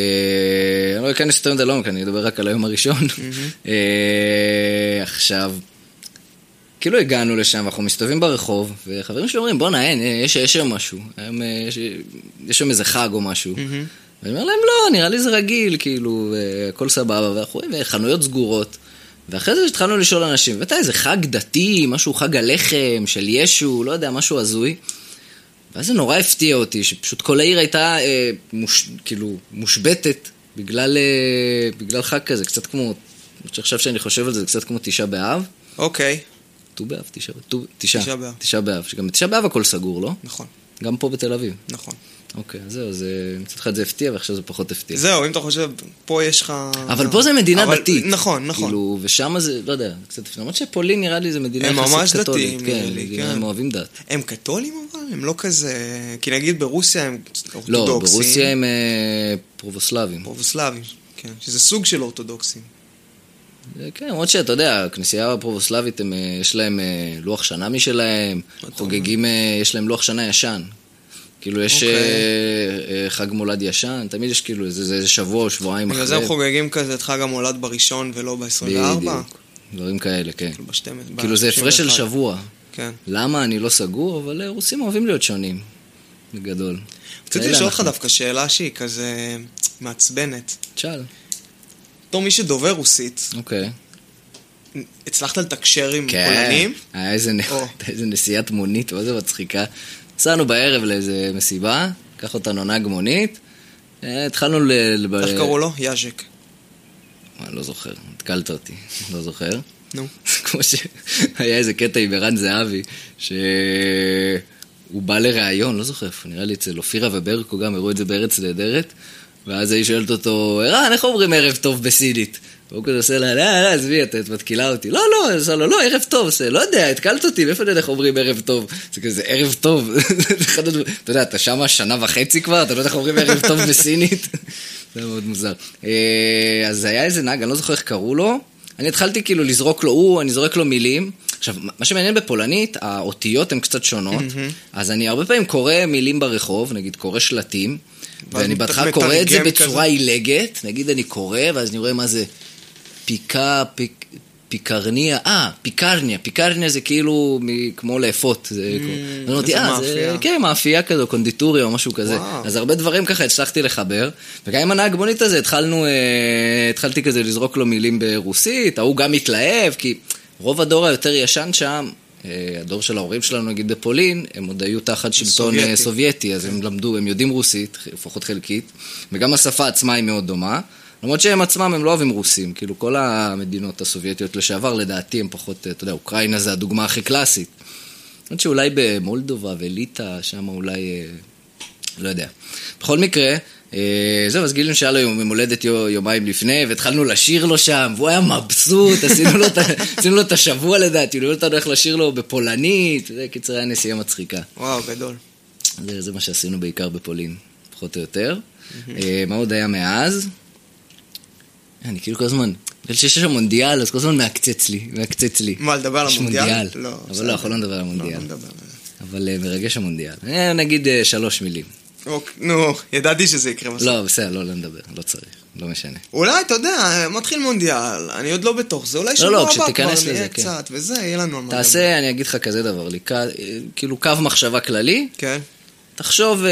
[SPEAKER 1] אני לא אכנס יותר מדי לעומק, אני אדבר רק על היום הראשון. אה, עכשיו, כאילו הגענו לשם, אנחנו מסתובבים ברחוב, וחברים שלי אומרים, בואנה, אין, אה, יש יש שם משהו. היום, אה, יש- יש שם איזה חג או משהו.
[SPEAKER 2] Mm-hmm.
[SPEAKER 1] ואני אומר להם, לא, נראה לי זה רגיל, כאילו, אה, הכל סבבה, ואנחנו רואים אה, חנויות סגורות. ואחרי זה התחלנו לשאול אנשים, ואתה איזה חג דתי, משהו חג הלחם, של ישו, לא יודע, משהו הזוי. ואז זה נורא הפתיע אותי, שפשוט כל העיר הייתה אה, מוש, כאילו מושבתת בגלל, אה, בגלל חג כזה, קצת כמו, עכשיו שאני חושב על זה, זה קצת כמו תשעה באב.
[SPEAKER 2] אוקיי,
[SPEAKER 1] ט"ו באב, תשעה, ט"ו- תשעה,
[SPEAKER 2] תשעה באב.
[SPEAKER 1] תשעה באב, שגם בתשעה באב הכל סגור, לא?
[SPEAKER 2] נכון,
[SPEAKER 1] גם פה בתל אביב.
[SPEAKER 2] נכון.
[SPEAKER 1] אוקיי, אז זהו, זה מצד אחד זה הפתיע ועכשיו זה פחות הפתיע.
[SPEAKER 2] זהו, אם אתה חושב, פה יש לך...
[SPEAKER 1] אבל פה זה מדינה
[SPEAKER 2] אבל-
[SPEAKER 1] דתית.
[SPEAKER 2] נכון, נכון.
[SPEAKER 1] כאילו, ושם זה, לא יודע, קצת, למרות שפולין נראה לי זה מדינה
[SPEAKER 2] הם
[SPEAKER 1] יחסית
[SPEAKER 2] ממש דתיים,
[SPEAKER 1] קתולית.
[SPEAKER 2] נראה
[SPEAKER 1] כן,
[SPEAKER 2] לי,
[SPEAKER 1] מדינה,
[SPEAKER 2] כן.
[SPEAKER 1] הם אוהבים דת.
[SPEAKER 2] הם קתולים אבל? הם לא כזה... כי נגיד ברוסיה הם
[SPEAKER 1] לא,
[SPEAKER 2] אורתודוקסים.
[SPEAKER 1] ברוסיה הם אה, פרובוסלבים.
[SPEAKER 2] פרובוסלבים, כן. שזה סוג של אורתודוקסים.
[SPEAKER 1] אה, כן, למרות שאתה יודע, הכנסייה הפרובוסלבית, הם, אה, יש להם אה, לוח שנה משלהם,
[SPEAKER 2] אומר?
[SPEAKER 1] חוגגים, אה, יש להם לוח שנה ישן. כאילו, יש
[SPEAKER 2] אוקיי.
[SPEAKER 1] אה, אה, חג מולד ישן, תמיד יש כאילו איזה זה- זה שבוע או שבועיים אחרי.
[SPEAKER 2] בגלל זה הם חוגגים כזה את חג המולד בראשון ולא ב-24.
[SPEAKER 1] בדיוק. דברים כאלה, כן.
[SPEAKER 2] כאילו
[SPEAKER 1] כאילו, זה הפרש של שבוע.
[SPEAKER 2] כן.
[SPEAKER 1] למה אני לא סגור, אבל אה, רוסים אוהבים להיות שונים, בגדול.
[SPEAKER 2] רציתי
[SPEAKER 1] כאלה
[SPEAKER 2] לשאול אותך
[SPEAKER 1] אנחנו.
[SPEAKER 2] דווקא שאלה שהיא כזה מעצבנת.
[SPEAKER 1] תשאל,
[SPEAKER 2] בתור מי שדובר רוסית,
[SPEAKER 1] אוקיי. כן.
[SPEAKER 2] הצלחת לתקשר עם פולנים?
[SPEAKER 1] היה איזה, נ...
[SPEAKER 2] או.
[SPEAKER 1] הייתה איזה נסיעת מונית, מה זה מצחיקה. נסענו בערב לאיזה מסיבה, לקח אותנו נהג מונית, אה, התחלנו ל... ל-
[SPEAKER 2] איך קראו לו? יאז'ק.
[SPEAKER 1] אה, לא זוכר, התקלת אותי, לא זוכר.
[SPEAKER 2] נו.
[SPEAKER 1] כמו שהיה איזה קטע עם ערן זהבי, שהוא בא לראיון, לא זוכר איפה, נראה לי אצל אופירה וברקו גם, הראו את זה בארץ נהדרת, ואז היא שואלת אותו, ערן, איך אומרים ערב טוב בסינית? והוא כזה עושה לה, לא, לא, עזבי, את את מתקילה אותי. לא, לא, אז עושה לו, לא, ערב טוב, עושה, לא יודע, התקלת אותי, מאיפה אני יודע איך אומרים ערב טוב? זה כזה, ערב טוב. זה אחד הדברים- אתה יודע, אתה שמה שנה וחצי כבר, אתה לא יודע איך אומרים ערב טוב בסינית? זה היה מאוד מוזר. אה, אז היה איזה נהג, אני לא זוכר איך קראו לו, אני התחלתי כאילו לזרוק לו הוא, אני זורק לו מילים. עכשיו, מה שמעניין בפולנית, האותיות הן קצת שונות, אז אני הרבה פעמים קורא מילים ברחוב, נגיד קורא שלטים,
[SPEAKER 2] ואז
[SPEAKER 1] ואני
[SPEAKER 2] מת-
[SPEAKER 1] בהתחלה קורא את זה
[SPEAKER 2] מתרגם
[SPEAKER 1] בצורה עילגת, נגיד אני קורא, ואז אני רואה מה זה פיקה, פיק... פיקרניה, אה, פיקרניה, פיקרניה זה כאילו מ- כמו לאפות, זה כמו, אז אמרתי,
[SPEAKER 2] איזה
[SPEAKER 1] אה, זה,
[SPEAKER 2] מאפייה."
[SPEAKER 1] כן, מאפייה כזו, קונדיטוריה או משהו כזה,
[SPEAKER 2] וואו.
[SPEAKER 1] אז הרבה דברים ככה הצלחתי לחבר, וגם עם הנהג מונית הזה התחלנו, אה, התחלתי כזה לזרוק לו מילים ברוסית, ההוא גם התלהב, כי רוב הדור היותר ישן שם, אה, הדור של ההורים שלנו נגיד בפולין, הם עוד היו תחת שלטון אה,
[SPEAKER 2] סובייטי.
[SPEAKER 1] סובייטי, אז הם למדו, הם יודעים רוסית, לפחות חלקית, וגם השפה עצמה היא מאוד דומה. למרות שהם עצמם, הם לא אוהבים רוסים, כאילו כל המדינות הסובייטיות לשעבר, לדעתי הם פחות, אה, אתה יודע, אוקראינה זה הדוגמה הכי קלאסית. למרות שאולי במולדובה וליטא, שם אולי... אה, לא יודע. בכל מקרה, אה, זהו, אז גילינו שהיה לו יום יום הולדת יו- יומיים לפני, והתחלנו לשיר לו שם, והוא היה מבסוט, עשינו לו את ה- עשינו לו את השבוע לדעתי, הוא לימד אותנו איך לשיר לו בפולנית, זה קיצר היה נסיעה מצחיקה.
[SPEAKER 2] וואו, גדול.
[SPEAKER 1] זה, זה מה שעשינו בעיקר בפולין, פחות או יותר. אה, מה עוד היה מאז? אני כאילו כל הזמן, בגלל שיש שם מונדיאל, אז כל הזמן מעקצץ לי, מעקצץ לי.
[SPEAKER 2] מה, לדבר על
[SPEAKER 1] יש
[SPEAKER 2] המונדיאל?
[SPEAKER 1] מונדיאל.
[SPEAKER 2] לא,
[SPEAKER 1] אבל
[SPEAKER 2] בסדר.
[SPEAKER 1] לא, אנחנו לא נדבר על
[SPEAKER 2] לא,
[SPEAKER 1] המונדיאל.
[SPEAKER 2] לא מדבר על זה.
[SPEAKER 1] אבל אה, מרגש המונדיאל. אה, נגיד אה, שלוש מילים.
[SPEAKER 2] אוקיי, נו, ידעתי שזה יקרה בסוף.
[SPEAKER 1] לא, בסדר, לא, לא נדבר, לא צריך, לא משנה.
[SPEAKER 2] אולי, אתה יודע, מתחיל מונדיאל, אני עוד לא בתוך זה, אולי
[SPEAKER 1] לא, לא,
[SPEAKER 2] שבוע הבא כבר
[SPEAKER 1] כשתיכנס
[SPEAKER 2] נהיה
[SPEAKER 1] לזה, כן.
[SPEAKER 2] קצת, וזה, יהיה לנו על מה לדבר.
[SPEAKER 1] תעשה, אני אגיד לך כזה דבר, לק- אה, כאילו קו מחשבה כללי,
[SPEAKER 2] כן,
[SPEAKER 1] תחשוב, אה,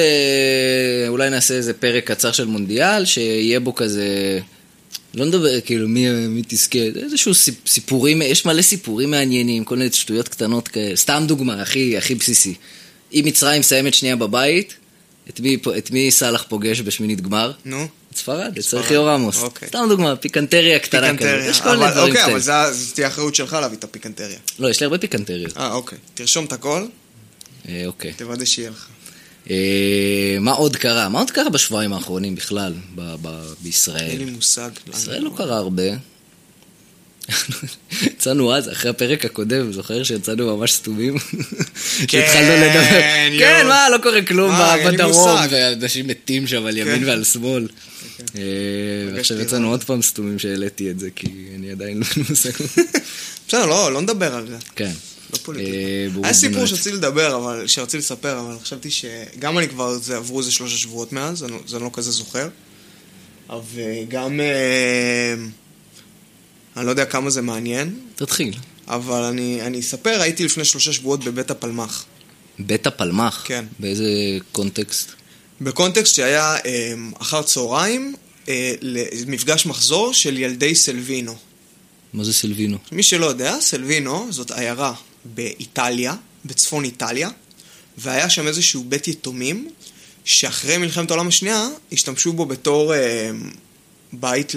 [SPEAKER 1] אולי נעשה איזה פרק קצר של מונדיאל, שיהיה בו כזה... לא נדבר כאילו מי, מי תזכה, איזשהו סיפ- סיפורים, יש מלא סיפורים מעניינים, כל מיני שטויות קטנות כאלה, סתם דוגמה, הכי, הכי בסיסי. אם מצרים מסיימת שנייה בבית, את מי, פו- את מי סאלח פוגש בשמינית גמר?
[SPEAKER 2] נו.
[SPEAKER 1] את ספרד, את
[SPEAKER 2] ספרד,
[SPEAKER 1] סרחיו רמוס.
[SPEAKER 2] אוקיי.
[SPEAKER 1] סתם דוגמה, פיקנטריה קטנה כזאת.
[SPEAKER 2] פיקנטריה.
[SPEAKER 1] כאילו, יש כל מיני
[SPEAKER 2] אבל-
[SPEAKER 1] דברים
[SPEAKER 2] אוקיי,
[SPEAKER 1] קטנים.
[SPEAKER 2] אבל זה- זה תהיה אחריות שלך להביא את הפיקנטריה.
[SPEAKER 1] לא, יש לי הרבה פיקנטריות.
[SPEAKER 2] אה, אוקיי. תרשום את הכל,
[SPEAKER 1] אה, אוקיי.
[SPEAKER 2] תוודא שיהיה לך.
[SPEAKER 1] אה, מה עוד קרה? מה עוד קרה בשבועיים האחרונים בכלל ב- ב- בישראל?
[SPEAKER 2] אין לי מושג.
[SPEAKER 1] ישראל לא קרה הרבה. יצאנו אז, אחרי הפרק הקודם, זוכר שיצאנו ממש סתומים? שהתחלנו לדבר.
[SPEAKER 2] יואו.
[SPEAKER 1] כן, מה, לא קורה כלום
[SPEAKER 2] מה, אין לי
[SPEAKER 1] בדרום,
[SPEAKER 2] מושג.
[SPEAKER 1] ואנשים מתים שם על ימין
[SPEAKER 2] כן.
[SPEAKER 1] ועל שמאל. אה, ועכשיו
[SPEAKER 2] הרגשתי
[SPEAKER 1] יצאנו
[SPEAKER 2] רע.
[SPEAKER 1] עוד פעם סתומים שהעליתי את זה, כי אני עדיין לא מנסה.
[SPEAKER 2] בסדר, לא, לא נדבר על זה.
[SPEAKER 1] כן.
[SPEAKER 2] לא
[SPEAKER 1] אה,
[SPEAKER 2] פוליטיקה.
[SPEAKER 1] ברור,
[SPEAKER 2] היה סיפור
[SPEAKER 1] באמת.
[SPEAKER 2] שרציתי לדבר, אבל, שרציתי לספר, אבל חשבתי שגם אני כבר, זה עברו איזה שלושה שבועות מאז, אני- אז אני לא כזה זוכר. וגם, אה, אני לא יודע כמה זה מעניין,
[SPEAKER 1] תתחיל.
[SPEAKER 2] אבל אני, אני אספר, הייתי לפני שלושה שבועות בבית הפלמ"ח.
[SPEAKER 1] בית הפלמ"ח?
[SPEAKER 2] כן.
[SPEAKER 1] באיזה קונטקסט?
[SPEAKER 2] בקונטקסט שהיה אה, אחר צהריים, אה, למפגש מחזור של ילדי סלווינו.
[SPEAKER 1] מה זה סילבינו?
[SPEAKER 2] מי שלא יודע, סלווינו זאת עיירה באיטליה, בצפון איטליה, והיה שם איזשהו בית יתומים, שאחרי מלחמת העולם השנייה, השתמשו בו בתור אה, בית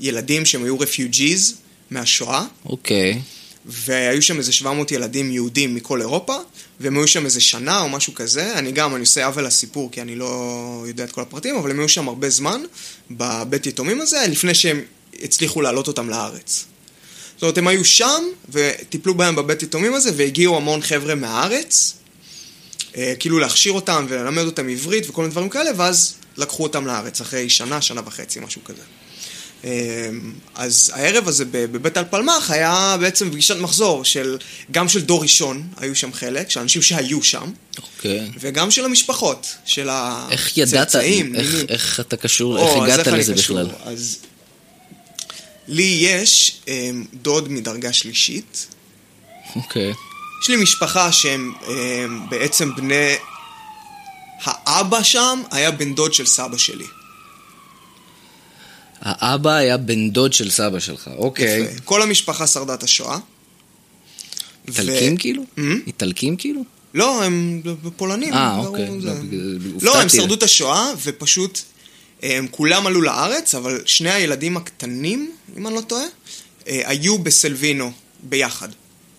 [SPEAKER 2] לילדים שהם היו רפיוג'יז מהשואה,
[SPEAKER 1] אוקיי.
[SPEAKER 2] והיו שם איזה 700 ילדים יהודים מכל אירופה, והם היו שם איזה שנה או משהו כזה. אני גם, אני עושה עוול לסיפור, כי אני לא יודע את כל הפרטים, אבל הם היו שם הרבה זמן, בבית יתומים הזה, לפני שהם הצליחו להעלות אותם לארץ. זאת אומרת, הם היו שם, וטיפלו בהם בבית יתומים הזה, והגיעו המון חבר'ה מהארץ, אה, כאילו להכשיר אותם וללמד אותם עברית וכל מיני דברים כאלה, ואז לקחו אותם לארץ, אחרי שנה, שנה וחצי, משהו כזה. אמ, אז הערב הזה ב- בבית הפלמ"ח היה בעצם פגישת מחזור של, גם של דור ראשון, היו שם חלק, של אנשים שהיו שם,
[SPEAKER 1] אוקיי.
[SPEAKER 2] וגם של המשפחות, של הצאצאים.
[SPEAKER 1] איך ידעת, איך-
[SPEAKER 2] נינים.
[SPEAKER 1] איך אתה קשור,
[SPEAKER 2] או,
[SPEAKER 1] איך
[SPEAKER 2] אז
[SPEAKER 1] הגעת
[SPEAKER 2] אני
[SPEAKER 1] לזה
[SPEAKER 2] קשור?
[SPEAKER 1] בכלל?
[SPEAKER 2] אז לי יש אמ, דוד מדרגה שלישית,
[SPEAKER 1] אוקיי.
[SPEAKER 2] יש לי משפחה שהם אמ, בעצם בני... האבא שם היה בן דוד של סבא שלי.
[SPEAKER 1] אוקיי. האבא היה בן דוד של סבא שלך, אוקיי.
[SPEAKER 2] יפה. כל המשפחה שרדה את השואה.
[SPEAKER 1] איטלקים
[SPEAKER 2] ו-
[SPEAKER 1] כאילו?
[SPEAKER 2] אמ?
[SPEAKER 1] איטלקים כאילו?
[SPEAKER 2] לא, הם פולנים.
[SPEAKER 1] אה,
[SPEAKER 2] לא,
[SPEAKER 1] אוקיי.
[SPEAKER 2] זה-
[SPEAKER 1] לא, בגלל-
[SPEAKER 2] לא, הם
[SPEAKER 1] הופתעתי.
[SPEAKER 2] שרדו את השואה, ופשוט הם כולם עלו לארץ, אבל שני הילדים הקטנים, אם אני לא טועה, אה, היו בסלווינו ביחד.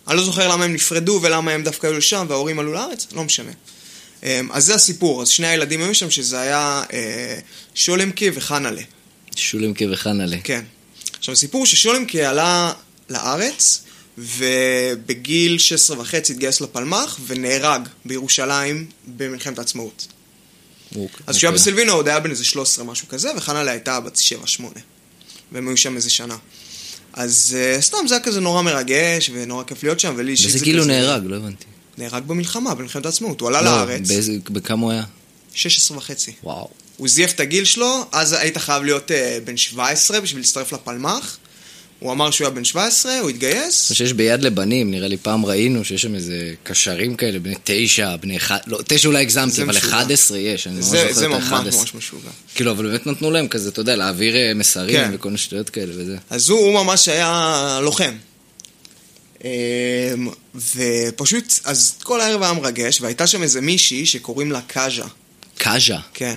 [SPEAKER 2] אני לא זוכר למה הם נפרדו ולמה הם דווקא היו שם וההורים עלו לארץ, לא משנה. אה, אז זה הסיפור, אז שני הילדים היו שם, שזה היה אה, שולמקי וחנלה.
[SPEAKER 1] שולמקה וחנלה.
[SPEAKER 2] כן. עכשיו, הסיפור ששולמקי עלה לארץ, ובגיל 16 וחצי התגייס לפלמ"ח, ונהרג בירושלים במלחמת העצמאות. אז כשהוא היה
[SPEAKER 1] אוקיי.
[SPEAKER 2] בסלווינו עוד היה בן איזה 13 משהו כזה, וחנלה הייתה בת 7-8. והם היו שם איזה שנה. אז אה, סתם זה היה כזה נורא מרגש, ונורא כיף להיות שם, ולי אישית
[SPEAKER 1] באיזה גיל הוא נהרג? לא הבנתי.
[SPEAKER 2] נהרג במלחמה, במלחמת העצמאות. הוא עלה
[SPEAKER 1] לא,
[SPEAKER 2] לארץ,
[SPEAKER 1] באיזה- בכמה הוא היה?
[SPEAKER 2] 16 וחצי.
[SPEAKER 1] וואו.
[SPEAKER 2] הוא זייף את הגיל שלו, אז היית חייב להיות אה, בן 17 בשביל להצטרף לפלמ"ח. הוא אמר שהוא היה בן 17, הוא התגייס.
[SPEAKER 1] זה שיש ביד לבנים, נראה לי פעם ראינו שיש שם איזה קשרים כאלה, בני תשע, בני אחד, לא, תשע אולי הגזמתי,
[SPEAKER 2] זה
[SPEAKER 1] אבל
[SPEAKER 2] משוגע.
[SPEAKER 1] אחד עשרה יש, אני ממש
[SPEAKER 2] זה, זה
[SPEAKER 1] לא זוכר את
[SPEAKER 2] ממש
[SPEAKER 1] האחד עשרה.
[SPEAKER 2] ממש משוגע.
[SPEAKER 1] כאילו, אבל באמת נתנו להם כזה, אתה יודע, להעביר אה, מסרים
[SPEAKER 2] כן.
[SPEAKER 1] וכל מיני שטויות כאלה וזה.
[SPEAKER 2] אז הוא, הוא ממש היה לוחם. אמ, ופשוט, אז כל הערב היה מרגש, והייתה שם איזה מישהי שקוראים לה קאז'ה,
[SPEAKER 1] קאז'ה,
[SPEAKER 2] כן.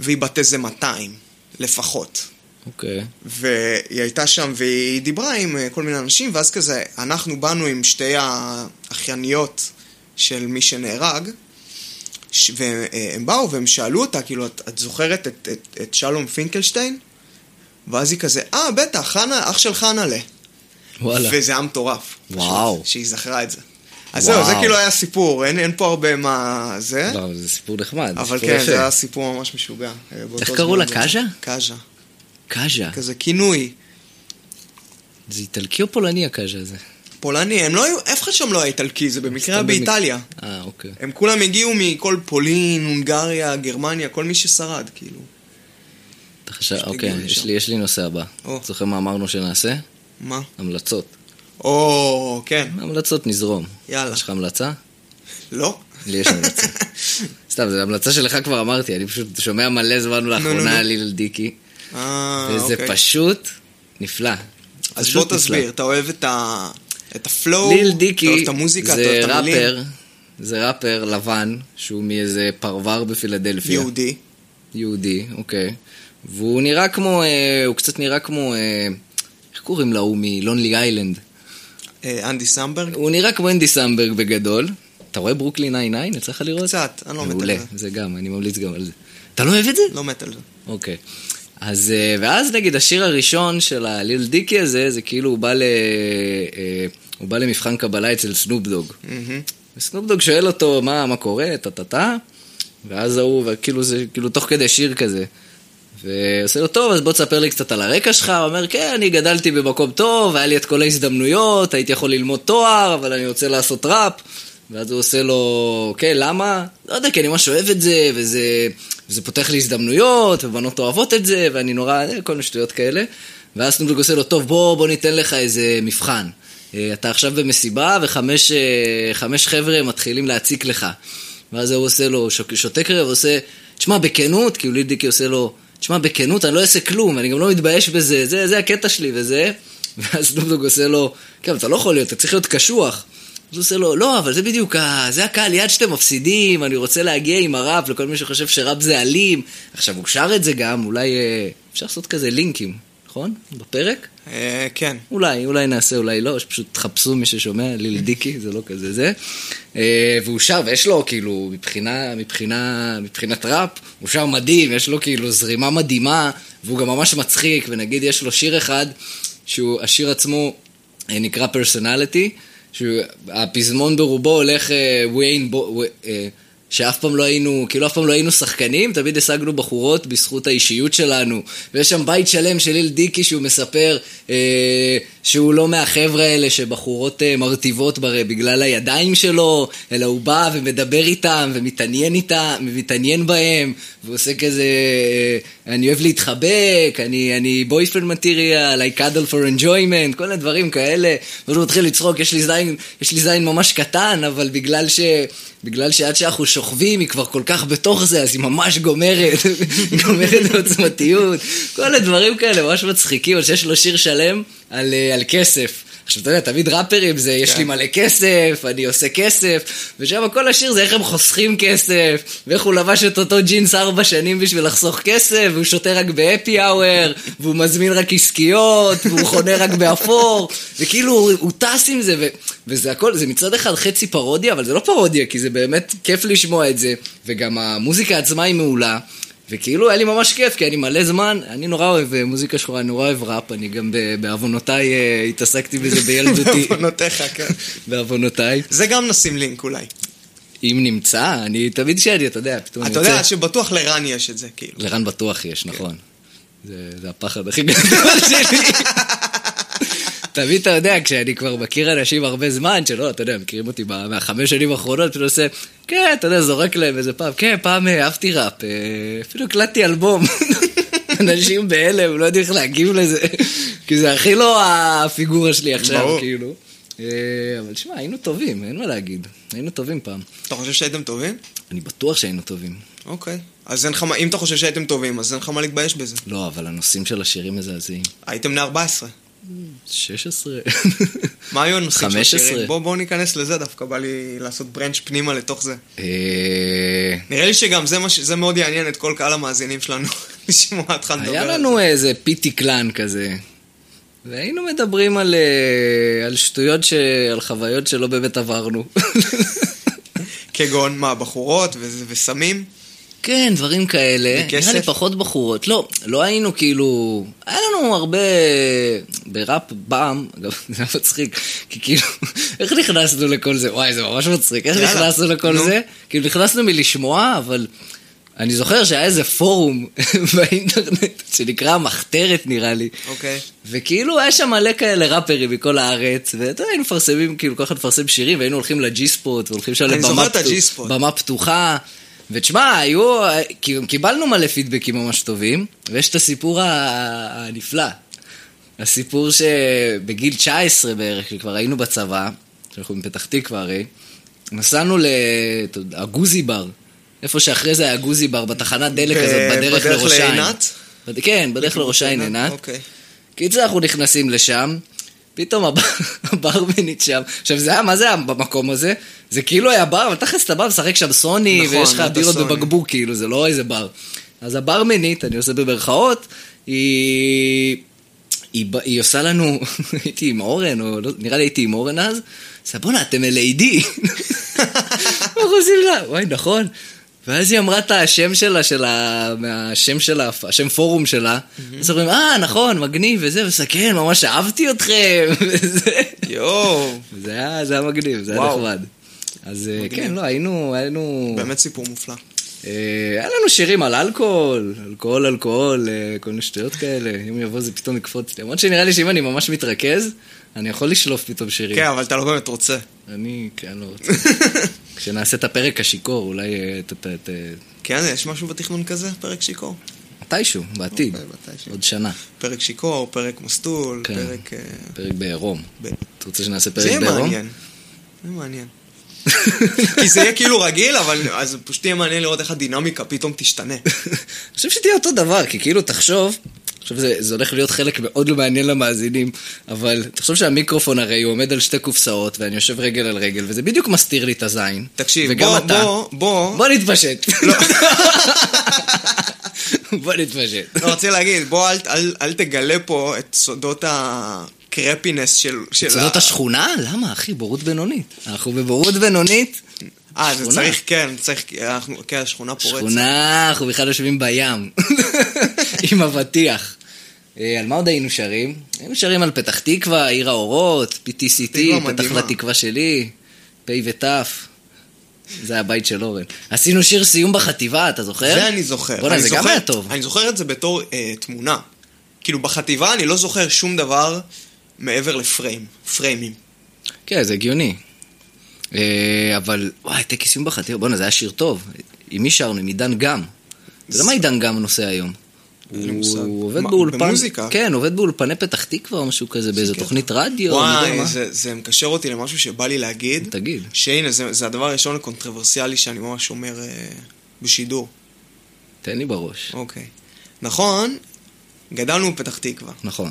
[SPEAKER 2] והיא בת איזה 200, לפחות.
[SPEAKER 1] אוקיי.
[SPEAKER 2] והיא הייתה שם והיא דיברה עם אה, כל מיני אנשים, ואז כזה, אנחנו באנו עם שתי האחייניות של מי שנהרג, ש... והם באו והם שאלו אותה, כאילו, את, את זוכרת את, את, את שלום פינקלשטיין? ואז היא כזה, אה, בטח, חנה, אח של חנה'לה.
[SPEAKER 1] וואלה.
[SPEAKER 2] וזה היה מטורף. פשוט,
[SPEAKER 1] וואו.
[SPEAKER 2] שהיא זכרה את זה. אז
[SPEAKER 1] וואו.
[SPEAKER 2] זהו, זה כאילו היה סיפור, אין, אין פה הרבה מה זה.
[SPEAKER 1] לא, אבל זה סיפור נחמד. סיפור
[SPEAKER 2] אבל כן,
[SPEAKER 1] יפה.
[SPEAKER 2] זה היה סיפור ממש משוגע. אה, באותו
[SPEAKER 1] קראו
[SPEAKER 2] זמן
[SPEAKER 1] לה,
[SPEAKER 2] זה-
[SPEAKER 1] קאז'ה?
[SPEAKER 2] קאז'ה.
[SPEAKER 1] קאז'ה.
[SPEAKER 2] כזה כינוי.
[SPEAKER 1] זה איטלקי או פולני הקאז'ה הזה?
[SPEAKER 2] פולני, הם לא היו, אף אחד שם לא היה איטלקי, זה במקרה היה
[SPEAKER 1] סתם במק-
[SPEAKER 2] באיטליה.
[SPEAKER 1] אה, אוקיי.
[SPEAKER 2] הם כולם הגיעו מכל פולין, הונגריה, גרמניה, כל מי ששרד, כאילו.
[SPEAKER 1] אתה חשב,
[SPEAKER 2] פשוט
[SPEAKER 1] אוקיי,
[SPEAKER 2] הגיעו
[SPEAKER 1] יש
[SPEAKER 2] לשם.
[SPEAKER 1] לי- יש לי נושא הבא.
[SPEAKER 2] או.
[SPEAKER 1] זוכר מה אמרנו שנעשה?
[SPEAKER 2] מה?
[SPEAKER 1] המלצות.
[SPEAKER 2] או, כן.
[SPEAKER 1] המלצות נזרום.
[SPEAKER 2] יאללה.
[SPEAKER 1] יש לך המלצה?
[SPEAKER 2] לא?
[SPEAKER 1] לי יש המלצה. סתם, זו המלצה שלך כבר אמרתי, אני פשוט שומע מלא זמן לאחרונה
[SPEAKER 2] נו.
[SPEAKER 1] על ליל דיקי,
[SPEAKER 2] אה,
[SPEAKER 1] וזה
[SPEAKER 2] אוקיי.
[SPEAKER 1] פשוט נפלא.
[SPEAKER 2] אז
[SPEAKER 1] פשוט
[SPEAKER 2] בוא
[SPEAKER 1] נפלא.
[SPEAKER 2] תסביר, אתה אוהב את ה... את הפלואו,
[SPEAKER 1] ליל
[SPEAKER 2] אתה אוהב
[SPEAKER 1] דיקי
[SPEAKER 2] את המוזיקה, אתה
[SPEAKER 1] זה
[SPEAKER 2] אוהב את המילים.
[SPEAKER 1] ראפר, זה ראפר לבן, שהוא מאיזה פרבר בפילדלפיה.
[SPEAKER 2] יהודי.
[SPEAKER 1] יהודי, אוקיי. והוא נראה כמו, אה, הוא קצת נראה כמו, אה, איך קוראים לה הוא מלונלי איילנד?
[SPEAKER 2] אה, אנדי סמברג.
[SPEAKER 1] הוא נראה כמו אנדי סמברג בגדול. אתה רואה ברוקלין 99? יצא לך לראות?
[SPEAKER 2] קצת, אני לא מת על
[SPEAKER 1] מעולה,
[SPEAKER 2] זה.
[SPEAKER 1] זה גם, אני ממליץ גם על זה. אתה לא אוהב את זה?
[SPEAKER 2] לא מת על זה.
[SPEAKER 1] אוקיי. אז, אה, ואז נגיד השיר הראשון של הליל דיקי הזה, זה כאילו הוא בא, ל... אה, הוא בא למבחן קבלה אצל סנופ דוג.
[SPEAKER 2] מהמם.
[SPEAKER 1] וסנופ דוג שואל אותו מה, מה קורה, טה טה טה, ואז ההוא, וכאילו זה, כאילו תוך כדי שיר כזה. ועושה לו טוב, אז בוא תספר לי קצת על הרקע שלך, הוא אומר, כן, אני גדלתי במקום טוב, היה לי את כל ההזדמנויות, הייתי יכול ללמוד תואר, אבל אני רוצה לעשות ראפ. ואז הוא עושה לו, כן, למה? לא יודע, כי אני ממש אוהב את זה, וזה, וזה פותח לי הזדמנויות, ובנות אוהבות את זה, ואני נורא, אה, כל מיני שטויות כאלה. ואז סנופדוג עושה לו, טוב, בוא, בוא ניתן לך איזה מבחן. אה, אתה עכשיו במסיבה, וחמש אה, חמש חבר'ה מתחילים להציק לך. ואז הוא עושה לו, שוק- שותק רגע ועושה, תשמע, בכנות, כאילו לידיקי עושה לו, תשמע, בכנות, אני לא אעשה כלום, אני גם לא מתבייש בזה, זה, זה הקטע שלי וזה. ואז סנופדוג עושה לו, כן, אבל אתה לא יכול להיות, אתה צריך להיות קשוח. אז הוא עושה לו, לא, אבל זה בדיוק, ה- זה הקהל יד שאתם מפסידים, אני רוצה להגיע עם הראפ לכל מי שחושב שראפ זה אלים. עכשיו, הוא שר את זה גם, אולי אה, אפשר לעשות כזה לינקים, נכון? בפרק?
[SPEAKER 2] אה, כן.
[SPEAKER 1] אולי, אולי נעשה, אולי לא, שפשוט תחפשו מי ששומע, ליל דיקי, זה לא כזה זה. אה, והוא שר, ויש לו כאילו, מבחינה, מבחינה, מבחינת ראפ, הוא שר מדהים, יש לו כאילו זרימה מדהימה, והוא גם ממש מצחיק, ונגיד יש לו שיר אחד, שהוא, השיר עצמו אה, נקרא פרסונליטי, שהפזמון ברובו הולך, אה, we ain't bo- we- אה, שאף פעם לא היינו, כאילו אף פעם לא היינו שחקנים, תמיד השגנו בחורות בזכות האישיות שלנו. ויש שם בית שלם של ליל דיקי שהוא מספר אה, שהוא לא מהחבר'ה האלה שבחורות אה, מרטיבות בר, בגלל הידיים שלו, אלא הוא בא ומדבר איתם ומתעניין איתם, ומתעניין בהם, ועושה כזה, אה, אני אוהב להתחבק, אני, אני boyfriend material, I cuddle for enjoyment, כל הדברים כאלה. ואז הוא מתחיל לצחוק, יש לי זין, יש לי זין ממש קטן, אבל בגלל ש... בגלל שעד שאנחנו שוכבים, היא כבר כל כך בתוך זה, אז היא ממש גומרת, היא גומרת בעוצמתיות. כל הדברים כאלה ממש מצחיקים, אבל שיש לו שיר שלם על, אה, על כסף. עכשיו, אתה יודע, תמיד ראפרים זה, יש לי מלא כסף, אני עושה כסף, ושם כל השיר זה איך הם חוסכים כסף, ואיך הוא לבש את אותו ג'ינס ארבע שנים בשביל לחסוך כסף, והוא שותה רק בהפי האוור, והוא מזמין רק עסקיות, והוא חונה רק באפור, וכאילו הוא, הוא טס עם זה, ו, וזה הכל, זה מצד אחד חצי פרודיה, אבל זה לא פרודיה, כי זה באמת כיף לשמוע את זה, וגם המוזיקה עצמה היא מעולה. וכאילו היה לי ממש כיף, כי אני מלא זמן, אני נורא אוהב אה, מוזיקה שחורה, אני נורא אוהב ראפ, אני גם ב- בעוונותיי אה, התעסקתי בזה בילדותי.
[SPEAKER 2] בעוונותיך, כן.
[SPEAKER 1] בעוונותיי.
[SPEAKER 2] זה גם נשים לינק אולי.
[SPEAKER 1] אם נמצא, אני תמיד שאני, אתה יודע, פתאום
[SPEAKER 2] אתה
[SPEAKER 1] נמצא.
[SPEAKER 2] יודע שבטוח לרן יש את זה, כאילו.
[SPEAKER 1] לרן בטוח יש, נכון. זה, זה הפחד הכי גדול שלי. תמיד אתה יודע, כשאני כבר מכיר אנשים הרבה זמן, שלא, אתה יודע, מכירים אותי מה- מהחמש שנים האחרונות, פתאום עושה, כן, אתה יודע, זורק להם איזה פעם, כן, פעם אה, אהבתי ראפ, אה, אפילו הקלטתי אלבום. אנשים בהלם, לא יודעים איך להגיב לזה, כי זה הכי לא הפיגורה שלי עכשיו,
[SPEAKER 2] ברור.
[SPEAKER 1] כאילו. אה, אבל שמע, היינו טובים, אין מה להגיד. היינו טובים פעם.
[SPEAKER 2] אתה חושב שהייתם טובים?
[SPEAKER 1] אני בטוח שהיינו טובים.
[SPEAKER 2] אוקיי. אז אין לך מה, אם אתה חושב שהייתם טובים, אז אין לך מה להתבייש בזה.
[SPEAKER 1] לא, אבל הנושאים של השירים מזעזעים.
[SPEAKER 2] הייתם בני 14.
[SPEAKER 1] 16.
[SPEAKER 2] מה היו הנושאים של
[SPEAKER 1] 15.
[SPEAKER 2] השירים? בוא, בואו ניכנס לזה, דווקא בא לי לעשות ברנץ' פנימה לתוך זה.
[SPEAKER 1] אה,
[SPEAKER 2] נראה לי שגם זה, מה ש... זה מאוד יעניין את כל קהל המאזינים שלנו, לשמוע אותך לדבר.
[SPEAKER 1] היה
[SPEAKER 2] על זה.
[SPEAKER 1] לנו איזה פיטי קלן כזה. והיינו מדברים על, אה, על שטויות, ש... על חוויות שלא באמת עברנו.
[SPEAKER 2] כגון, מה, בחורות וזה- וסמים?
[SPEAKER 1] כן, דברים כאלה.
[SPEAKER 2] וכסף?
[SPEAKER 1] נראה לי פחות בחורות. לא, לא היינו כאילו... היה לנו הרבה... בראפ פעם, אגב, זה היה מצחיק, כי כאילו, איך נכנסנו לכל זה? וואי, זה ממש מצחיק. איך
[SPEAKER 2] יאללה,
[SPEAKER 1] נכנסנו לכל
[SPEAKER 2] נו.
[SPEAKER 1] זה? כאילו, נכנסנו מלשמוע, אבל... אני זוכר שהיה איזה פורום באינטרנט שנקרא מחתרת נראה לי.
[SPEAKER 2] אוקיי.
[SPEAKER 1] וכאילו היה שם מלא כאלה ראפרים מכל הארץ, ואתה יודע, היינו מפרסמים, כאילו כל אחד מפרסם שירים, והיינו הולכים לג'י ספוט, והולכים שם
[SPEAKER 2] אני
[SPEAKER 1] לבמה
[SPEAKER 2] זוכר את
[SPEAKER 1] פתוח-
[SPEAKER 2] הג'י ספוט.
[SPEAKER 1] במה פתוחה. ותשמע, היו, כאילו, קיבלנו מלא פידבקים ממש טובים, ויש את הסיפור ה- הנפלא. הסיפור שבגיל 19 בערך, כשכבר היינו בצבא, אנחנו מפתח תקווה הרי, נסענו לגוזי בר, איפה שאחרי זה היה גוזי בר, בתחנת דלק הזאת,
[SPEAKER 2] ב-
[SPEAKER 1] בדרך
[SPEAKER 2] בדרך
[SPEAKER 1] לראש העין.
[SPEAKER 2] לעינת?
[SPEAKER 1] בד- כן, בדרך לראש העין עינת.
[SPEAKER 2] אוקיי.
[SPEAKER 1] קיצר, אנחנו נכנסים לשם, פתאום הבר- הברמנית שם, עכשיו זה היה, מה זה היה במקום הזה? זה כאילו היה בר, אבל תכלס אתה בא ומשחק שם סוני,
[SPEAKER 2] נכון,
[SPEAKER 1] ויש לך
[SPEAKER 2] אתה
[SPEAKER 1] בירות
[SPEAKER 2] סוני.
[SPEAKER 1] בבקבוק, כאילו, זה לא איזה בר. אז הברמנית, אני עושה במרכאות, היא... היא, ב- היא עושה לנו, הייתי עם אורן, או לא, נראה לי הייתי עם אורן אז, אז בואנה, אתם LAD. אנחנו עושים לה, וואי, נכון. ואז היא אמרה את השם שלה, של ה... מהשם שלה, השם פורום שלה.
[SPEAKER 2] Mm-hmm.
[SPEAKER 1] אז אומרים, אה, נכון, מגניב, וזה, וזה, כן, ממש אהבתי אתכם, וזה.
[SPEAKER 2] יואו,
[SPEAKER 1] זה היה, זה היה מגניב, זה היה
[SPEAKER 2] וואו.
[SPEAKER 1] נחמד. אז אה,
[SPEAKER 2] מגניב.
[SPEAKER 1] כן, לא, היינו, היינו...
[SPEAKER 2] באמת סיפור מופלא.
[SPEAKER 1] אה, היה לנו שירים על אלכוהול, אלכוהול, אלכוהול, אה, כל מיני שטויות כאלה. אם יבוא זה פתאום יקפוץ לי. למרות שנראה לי שאם אני ממש מתרכז, אני יכול לשלוף פתאום שירים.
[SPEAKER 2] כן, אבל אתה לא באמת רוצה.
[SPEAKER 1] אני, כן, לא רוצה. כשנעשה את הפרק השיכור, אולי אה, ת- ת- ת-
[SPEAKER 2] כן, יש משהו בתכנון כזה? פרק שיכור?
[SPEAKER 1] כן. מתישהו, בעתיד.
[SPEAKER 2] אוקיי, מתישהו.
[SPEAKER 1] עוד שנה,
[SPEAKER 2] פרק שיכור, פרק מסטול,
[SPEAKER 1] כן.
[SPEAKER 2] פרק... אה,
[SPEAKER 1] פרק בעירום.
[SPEAKER 2] ב-
[SPEAKER 1] אתה רוצה שנעשה
[SPEAKER 2] זה יהיה
[SPEAKER 1] פרק בעירום?
[SPEAKER 2] מעניין. זה מעניין. כי זה יהיה כאילו רגיל, אבל אז פשוט יהיה מעניין לראות איך הדינמיקה פתאום תשתנה.
[SPEAKER 1] אני חושב שתהיה אותו דבר, כי כאילו, תחשוב, עכשיו זה, זה הולך להיות חלק מאוד לא מעניין למאזינים, אבל תחשוב שהמיקרופון הרי הוא עומד על שתי קופסאות, ואני יושב רגל על רגל, וזה בדיוק מסתיר לי את הזין.
[SPEAKER 2] תקשיב,
[SPEAKER 1] וגם
[SPEAKER 2] בוא,
[SPEAKER 1] אתה.
[SPEAKER 2] בוא, לא. בוא.
[SPEAKER 1] בוא נתפשט. בוא נתפשט.
[SPEAKER 2] לא, רוצה להגיד, בוא, אל, אל, אל תגלה פה את סודות הקרפינס של... של
[SPEAKER 1] זאת
[SPEAKER 2] ה-
[SPEAKER 1] השכונה? למה, אחי? בורות בינונית. אנחנו בבורות בינונית.
[SPEAKER 2] אה, זה
[SPEAKER 1] שכונה.
[SPEAKER 2] צריך, כן, צריך, אנחנו, כן, השכונה פורצת.
[SPEAKER 1] שכונה, אנחנו בכלל יושבים בים. עם אבטיח. אה, על מה עוד היינו שרים? היינו שרים על פתח תקווה, עיר האורות,
[SPEAKER 2] תקווה
[SPEAKER 1] PTCT, פתח
[SPEAKER 2] מדהימה.
[SPEAKER 1] לתקווה שלי, פ' ות'. זה הבית של אורן. עשינו שיר סיום בחטיבה, אתה זוכר?
[SPEAKER 2] זה אני זוכר.
[SPEAKER 1] בוא'נה,
[SPEAKER 2] אני
[SPEAKER 1] זה גם
[SPEAKER 2] זוכר-
[SPEAKER 1] היה טוב.
[SPEAKER 2] אני זוכר את זה בתור אה, תמונה. כאילו, בחטיבה אני לא זוכר שום דבר מעבר לפריים, פריימים.
[SPEAKER 1] כן, זה הגיוני. אה, אבל, וואי, טקס סיום בחטיבה, בואנה, זה היה שיר טוב. עם מי שרנו? עם עידן גם. אתה יודע מה עידן גם נושא היום?
[SPEAKER 2] לי מושג.
[SPEAKER 1] הוא עובד
[SPEAKER 2] מה,
[SPEAKER 1] באולפן...
[SPEAKER 2] במוזיקה? כן.
[SPEAKER 1] כן, עובד באולפני פתח תקווה או משהו כזה, באיזה תוכנית רדיו, אני לא יודע
[SPEAKER 2] וואי,
[SPEAKER 1] מה.
[SPEAKER 2] זה, זה מקשר אותי למשהו שבא לי להגיד.
[SPEAKER 1] תגיד.
[SPEAKER 2] שהנה, זה, זה הדבר הראשון הקונטרוברסיאלי שאני ממש אומר אה, בשידור.
[SPEAKER 1] תן לי בראש.
[SPEAKER 2] אוקיי. נכון, גדלנו בפתח תקווה.
[SPEAKER 1] נכון,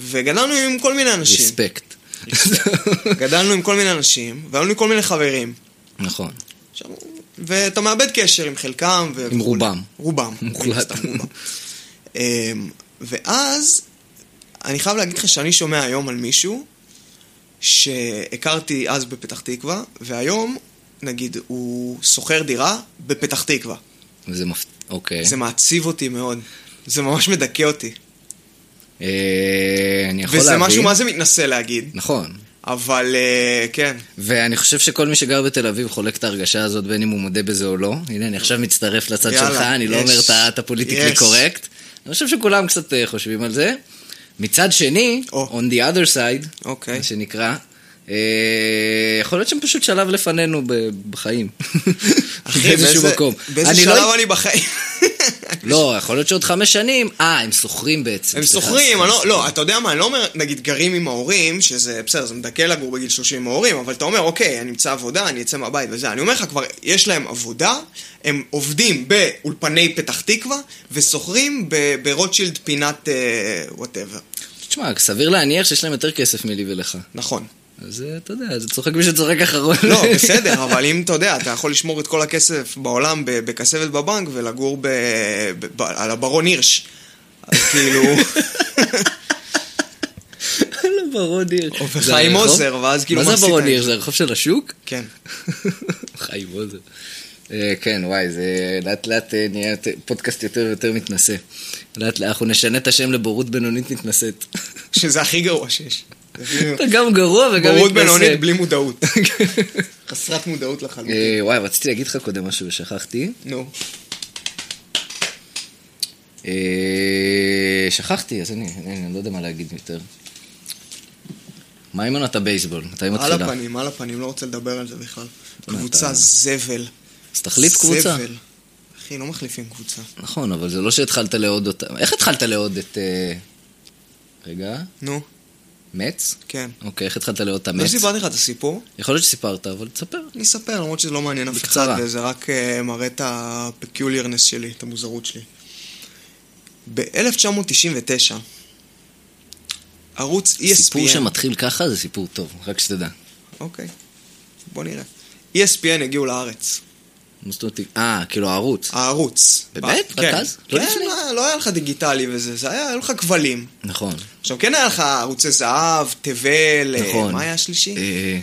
[SPEAKER 2] וגדלנו עם כל מיני אנשים.
[SPEAKER 1] ריספקט.
[SPEAKER 2] גדלנו עם כל מיני אנשים, והיו לי כל מיני חברים.
[SPEAKER 1] נכון.
[SPEAKER 2] עכשיו, ואתה מאבד קשר עם חלקם. ו-
[SPEAKER 1] עם רובם.
[SPEAKER 2] רובם.
[SPEAKER 1] מוחלט.
[SPEAKER 2] סתם רובם. אמ, ואז, אני חייב להגיד לך שאני שומע היום על מישהו שהכרתי אז בפתח תקווה, והיום, נגיד, הוא שוכר דירה בפתח תקווה.
[SPEAKER 1] זה מפתיע, אוקיי.
[SPEAKER 2] זה מעציב אותי מאוד. זה ממש מדכא אותי.
[SPEAKER 1] אה, אני יכול להבין.
[SPEAKER 2] וזה משהו מה זה מתנשא להגיד,
[SPEAKER 1] נכון.
[SPEAKER 2] אבל אה, כן.
[SPEAKER 1] ואני חושב שכל מי שגר בתל אביב חולק את ההרגשה הזאת, בין אם הוא מודה בזה או לא. הנה, אני עכשיו מצטרף לצד
[SPEAKER 2] יאללה,
[SPEAKER 1] שלך, אני לא
[SPEAKER 2] יש.
[SPEAKER 1] אומר את ה- את הפוליטיקלי
[SPEAKER 2] יש.
[SPEAKER 1] קורקט. אני חושב שכולם קצת אה, חושבים על זה. מצד שני,
[SPEAKER 2] או.
[SPEAKER 1] on the other side,
[SPEAKER 2] אוקיי.
[SPEAKER 1] מה שנקרא, אה, יכול להיות שהם פשוט שלב לפנינו ב- בחיים. באיזשהו
[SPEAKER 2] באיזה-
[SPEAKER 1] מקום.
[SPEAKER 2] באיזה
[SPEAKER 1] אני לא-
[SPEAKER 2] שלב אני בחיים?
[SPEAKER 1] לא, יכול להיות שעוד חמש שנים, אה, הם שוכרים בעצם.
[SPEAKER 2] הם
[SPEAKER 1] סליחה,
[SPEAKER 2] שוכרים,
[SPEAKER 1] סליחה,
[SPEAKER 2] אני לא,
[SPEAKER 1] סליחה.
[SPEAKER 2] לא, אתה יודע מה, אני לא אומר, נגיד גרים עם ההורים, שזה בסדר, זה מדכא לגור בגיל 30 עם ההורים, אבל אתה אומר, אוקיי, אני אמצא עבודה, אני אצא מהבית וזה, אני אומר לך כבר, יש להם עבודה, הם עובדים באולפני פתח תקווה, ושוכרים ב- ברוטשילד פינת אה, וואטאבר.
[SPEAKER 1] תשמע, סביר להניח שיש להם יותר כסף מלי ולך.
[SPEAKER 2] נכון.
[SPEAKER 1] אז אה, אתה יודע, זה צוחק מי שצוחק אחרון.
[SPEAKER 2] לא, בסדר, אבל אם אתה יודע, אתה יכול לשמור את כל הכסף בעולם ב- בכסבת בבנק ולגור ב- ב- ב- על הברון הירש. אז כאילו,
[SPEAKER 1] לא, ברון הירש.
[SPEAKER 2] או
[SPEAKER 1] זה
[SPEAKER 2] וחיים
[SPEAKER 1] הרחוב?
[SPEAKER 2] עוזר, ואז כאילו
[SPEAKER 1] מה זה
[SPEAKER 2] מה עשית
[SPEAKER 1] ברון
[SPEAKER 2] עם
[SPEAKER 1] הירש?
[SPEAKER 2] זה?
[SPEAKER 1] זה הרחוב של השוק?
[SPEAKER 2] כן.
[SPEAKER 1] חיים עוזר. אה, כן, וואי, זה לאט לאט אה, נהיה יותר- פודקאסט יותר ויותר מתנשא. לאט לאט, אנחנו נשנה את השם לבורות בינונית מתנשאת.
[SPEAKER 2] שזה הכי גרוע שיש.
[SPEAKER 1] אתה גם גרוע וגם מתנשא.
[SPEAKER 2] בורות בינונית בלי מודעות. חסרת מודעות לחלוטין.
[SPEAKER 1] אה, וואי, רציתי להגיד לך קודם משהו ושכחתי.
[SPEAKER 2] נו.
[SPEAKER 1] אה, שכחתי, אז אני, אני, אני לא יודע מה להגיד יותר. מה עם עונת הבייסבול? מתי היא
[SPEAKER 2] על
[SPEAKER 1] מתחילה?
[SPEAKER 2] הפנים, על הפנים, לא רוצה לדבר על זה בכלל.
[SPEAKER 1] מה,
[SPEAKER 2] קבוצה
[SPEAKER 1] אתה-
[SPEAKER 2] זבל.
[SPEAKER 1] אז תחליף קבוצה.
[SPEAKER 2] זבל. אחי, לא מחליפים קבוצה.
[SPEAKER 1] נכון, אבל זה לא שהתחלת לאהוד אותה. איך התחלת לאהוד את... אה, רגע,
[SPEAKER 2] נו,
[SPEAKER 1] מצ?
[SPEAKER 2] כן.
[SPEAKER 1] אוקיי, איך התחלת לאהוד את
[SPEAKER 2] לא
[SPEAKER 1] המץ?
[SPEAKER 2] סיפרתי לך את הסיפור,
[SPEAKER 1] יכול להיות שסיפרת, אבל תספר.
[SPEAKER 2] אני אספר, למרות שזה לא מעניין אף
[SPEAKER 1] בקצרה.
[SPEAKER 2] אחד, וזה רק אה, מראה את הפקיוליארנס שלי, את המוזרות שלי. ב-1999, ערוץ E ESPN...
[SPEAKER 1] סיפור שמתחיל ככה זה סיפור טוב, רק שתדע.
[SPEAKER 2] אוקיי, בוא נראה. E ESPN הגיעו לארץ.
[SPEAKER 1] מה זאת אומרת? אה, כאילו הערוץ.
[SPEAKER 2] הערוץ.
[SPEAKER 1] באמת?
[SPEAKER 2] כן.
[SPEAKER 1] רק אז? לא
[SPEAKER 2] כן,
[SPEAKER 1] לפני?
[SPEAKER 2] לא- לא היה לך דיגיטלי וזה, זה היה, היו לך כבלים.
[SPEAKER 1] נכון,
[SPEAKER 2] עכשיו, כן היה לך ערוצי זהב, תבל, אה,
[SPEAKER 1] נכון.
[SPEAKER 2] מה היה השלישי?
[SPEAKER 1] אה,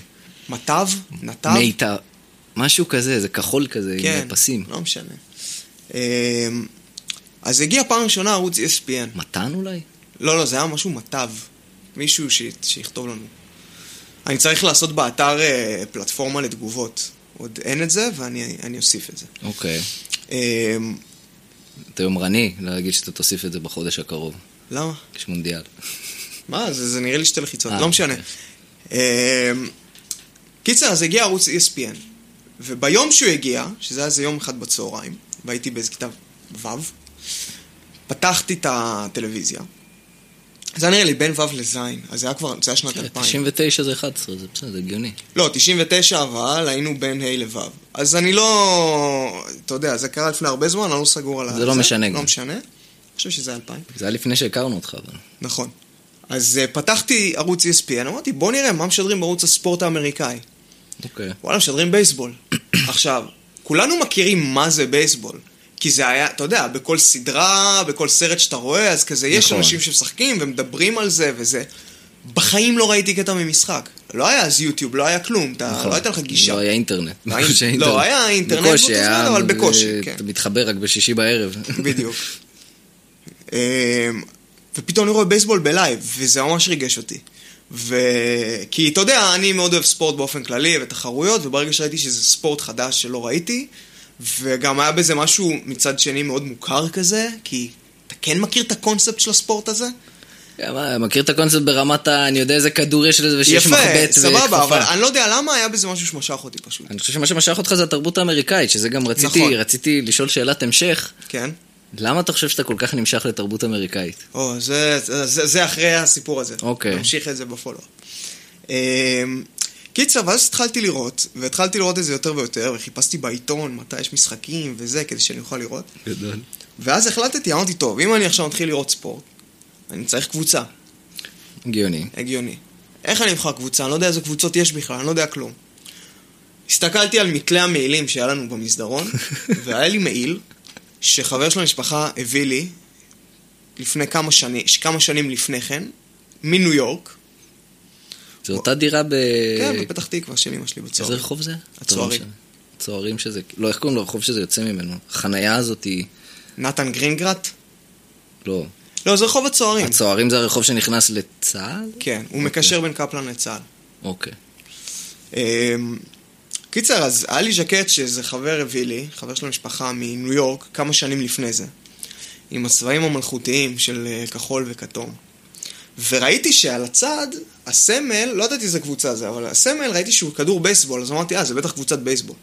[SPEAKER 2] מטב? נתב?
[SPEAKER 1] מיתר, משהו כזה, זה כחול כזה,
[SPEAKER 2] כן,
[SPEAKER 1] עם פסים.
[SPEAKER 2] לא משנה. אה, אז הגיע פעם ראשונה ערוץ E ESPN.
[SPEAKER 1] מתן אולי?
[SPEAKER 2] לא, לא, זה היה משהו מטב. מישהו ש- שיכתוב לנו. אני צריך לעשות באתר אה, פלטפורמה לתגובות. עוד אין את זה, ואני אני אוסיף את זה.
[SPEAKER 1] אוקיי.
[SPEAKER 2] אה,
[SPEAKER 1] אתה יומרני להגיד שאתה תוסיף את זה בחודש הקרוב,
[SPEAKER 2] למה?
[SPEAKER 1] יש מונדיאל.
[SPEAKER 2] מה, זה, זה נראה לי שתי לחיצות,
[SPEAKER 1] אה,
[SPEAKER 2] לא משנה.
[SPEAKER 1] אוקיי.
[SPEAKER 2] אמ, קיצר, אז הגיע ערוץ E ESPN, וביום שהוא הגיע, שזה היה איזה יום אחד בצהריים, והייתי באיזה כיתה ו', פתחתי את הטלוויזיה. זה היה נראה לי בין ו' לז', אז זה היה כבר, זה היה שנת 2000.
[SPEAKER 1] 99 זה 11, זה בסדר, זה הגיוני.
[SPEAKER 2] לא, 99 אבל, היינו בין ה' לו'. אז אני לא... אתה יודע, זה קרה לפני הרבה זמן, אני לא סגור על
[SPEAKER 1] זה לא משנה
[SPEAKER 2] לא
[SPEAKER 1] גם.
[SPEAKER 2] משנה. אני חושב שזה 2000.
[SPEAKER 1] זה היה לפני שהכרנו אותך, אבל.
[SPEAKER 2] נכון. אז אה, פתחתי ערוץ ESPN, אמרתי, בוא נראה מה משדרים בערוץ הספורט האמריקאי.
[SPEAKER 1] אוקיי.
[SPEAKER 2] וואלה, משדרים בייסבול. עכשיו, כולנו מכירים מה זה בייסבול. כי זה היה, אתה יודע, בכל סדרה, בכל סרט שאתה רואה, אז כזה, יש
[SPEAKER 1] נכון.
[SPEAKER 2] אנשים שמשחקים ומדברים על זה וזה. בחיים לא ראיתי קטע ממשחק. לא היה אז יוטיוב, לא היה כלום, אתה,
[SPEAKER 1] נכון.
[SPEAKER 2] לא הייתה לך גישה.
[SPEAKER 1] לא היה אינטרנט.
[SPEAKER 2] לא היה- לא, היה אינטרנט
[SPEAKER 1] בקושי,
[SPEAKER 2] באותו
[SPEAKER 1] היה-
[SPEAKER 2] זמן, אבל בקושי,
[SPEAKER 1] אה,
[SPEAKER 2] כן.
[SPEAKER 1] אתה מתחבר רק בשישי בערב.
[SPEAKER 2] בדיוק. אמ, ופתאום אני רואה בייסבול בלייב, וזה ממש ריגש אותי. ו... כי אתה יודע, אני מאוד אוהב ספורט באופן כללי ותחרויות, וברגע שראיתי שזה ספורט חדש שלא ראיתי, וגם היה בזה משהו מצד שני מאוד מוכר כזה, כי אתה כן מכיר את הקונספט של הספורט הזה?
[SPEAKER 1] כן, מה, מכיר את הקונספט ברמת ה... אני יודע איזה כדור יש לזה ושיש
[SPEAKER 2] יפה,
[SPEAKER 1] מחבט וכפפה.
[SPEAKER 2] סבבה, אבל אני לא יודע למה היה בזה משהו שמשך אותי פשוט.
[SPEAKER 1] אני חושב שמה שמשך אותך זה התרבות האמריקאית, שזה גם
[SPEAKER 2] נכון.
[SPEAKER 1] רציתי, רציתי לשאול שאלת המשך.
[SPEAKER 2] כן?
[SPEAKER 1] למה אתה חושב שאתה כל כך נמשך לתרבות אמריקאית?
[SPEAKER 2] או, זה, זה, זה אחרי הסיפור הזה.
[SPEAKER 1] אוקיי.
[SPEAKER 2] נמשיך את זה בפולו-אפ. אמ, קיצר, ואז התחלתי לראות, והתחלתי לראות את זה יותר ויותר, וחיפשתי בעיתון מתי יש משחקים וזה, כדי שאני אוכל לראות.
[SPEAKER 1] גדול.
[SPEAKER 2] ואז החלטתי, אמרתי, טוב, אם אני עכשיו מתחיל לראות ספורט, אני צריך קבוצה,
[SPEAKER 1] הגיוני.
[SPEAKER 2] הגיוני. איך אני אבחר קבוצה? אני לא יודע איזה קבוצות יש בכלל, אני לא יודע כלום. הסתכלתי על מתלי המעילים שהיה לנו במסדרון, והיה לי מעיל שחבר של המשפחה הביא לי לפני כמה שנים, כמה שנים לפני כן, מניו יורק,
[SPEAKER 1] זו אותה דירה ב...
[SPEAKER 2] כן, בפתח תקווה של אמא שלי
[SPEAKER 1] אה. איזה
[SPEAKER 2] בצהר.
[SPEAKER 1] רחוב זה?
[SPEAKER 2] הצוערים.
[SPEAKER 1] הצוערים שזה... לא, איך קוראים לרחוב שזה יוצא ממנו? החנייה הזאת היא...
[SPEAKER 2] נתן גרינגרט?
[SPEAKER 1] לא.
[SPEAKER 2] לא, זה רחוב הצוערים.
[SPEAKER 1] הצוערים זה הרחוב שנכנס לצה"ל?
[SPEAKER 2] כן, הוא מקשר בין קפלן לצה"ל.
[SPEAKER 1] אוקיי.
[SPEAKER 2] אמ, קיצר, אז היה לי ז'קט שאיזה חבר הביא לי, חבר של המשפחה מניו יורק, כמה שנים לפני זה, עם הצבעים המלכותיים של אה, כחול וכתום. וראיתי שעל הצד, הסמל, לא ידעתי איזה קבוצה זה, אבל הסמל, ראיתי שהוא כדור בייסבול, אז אמרתי, אה, זה בטח קבוצת בייסבול.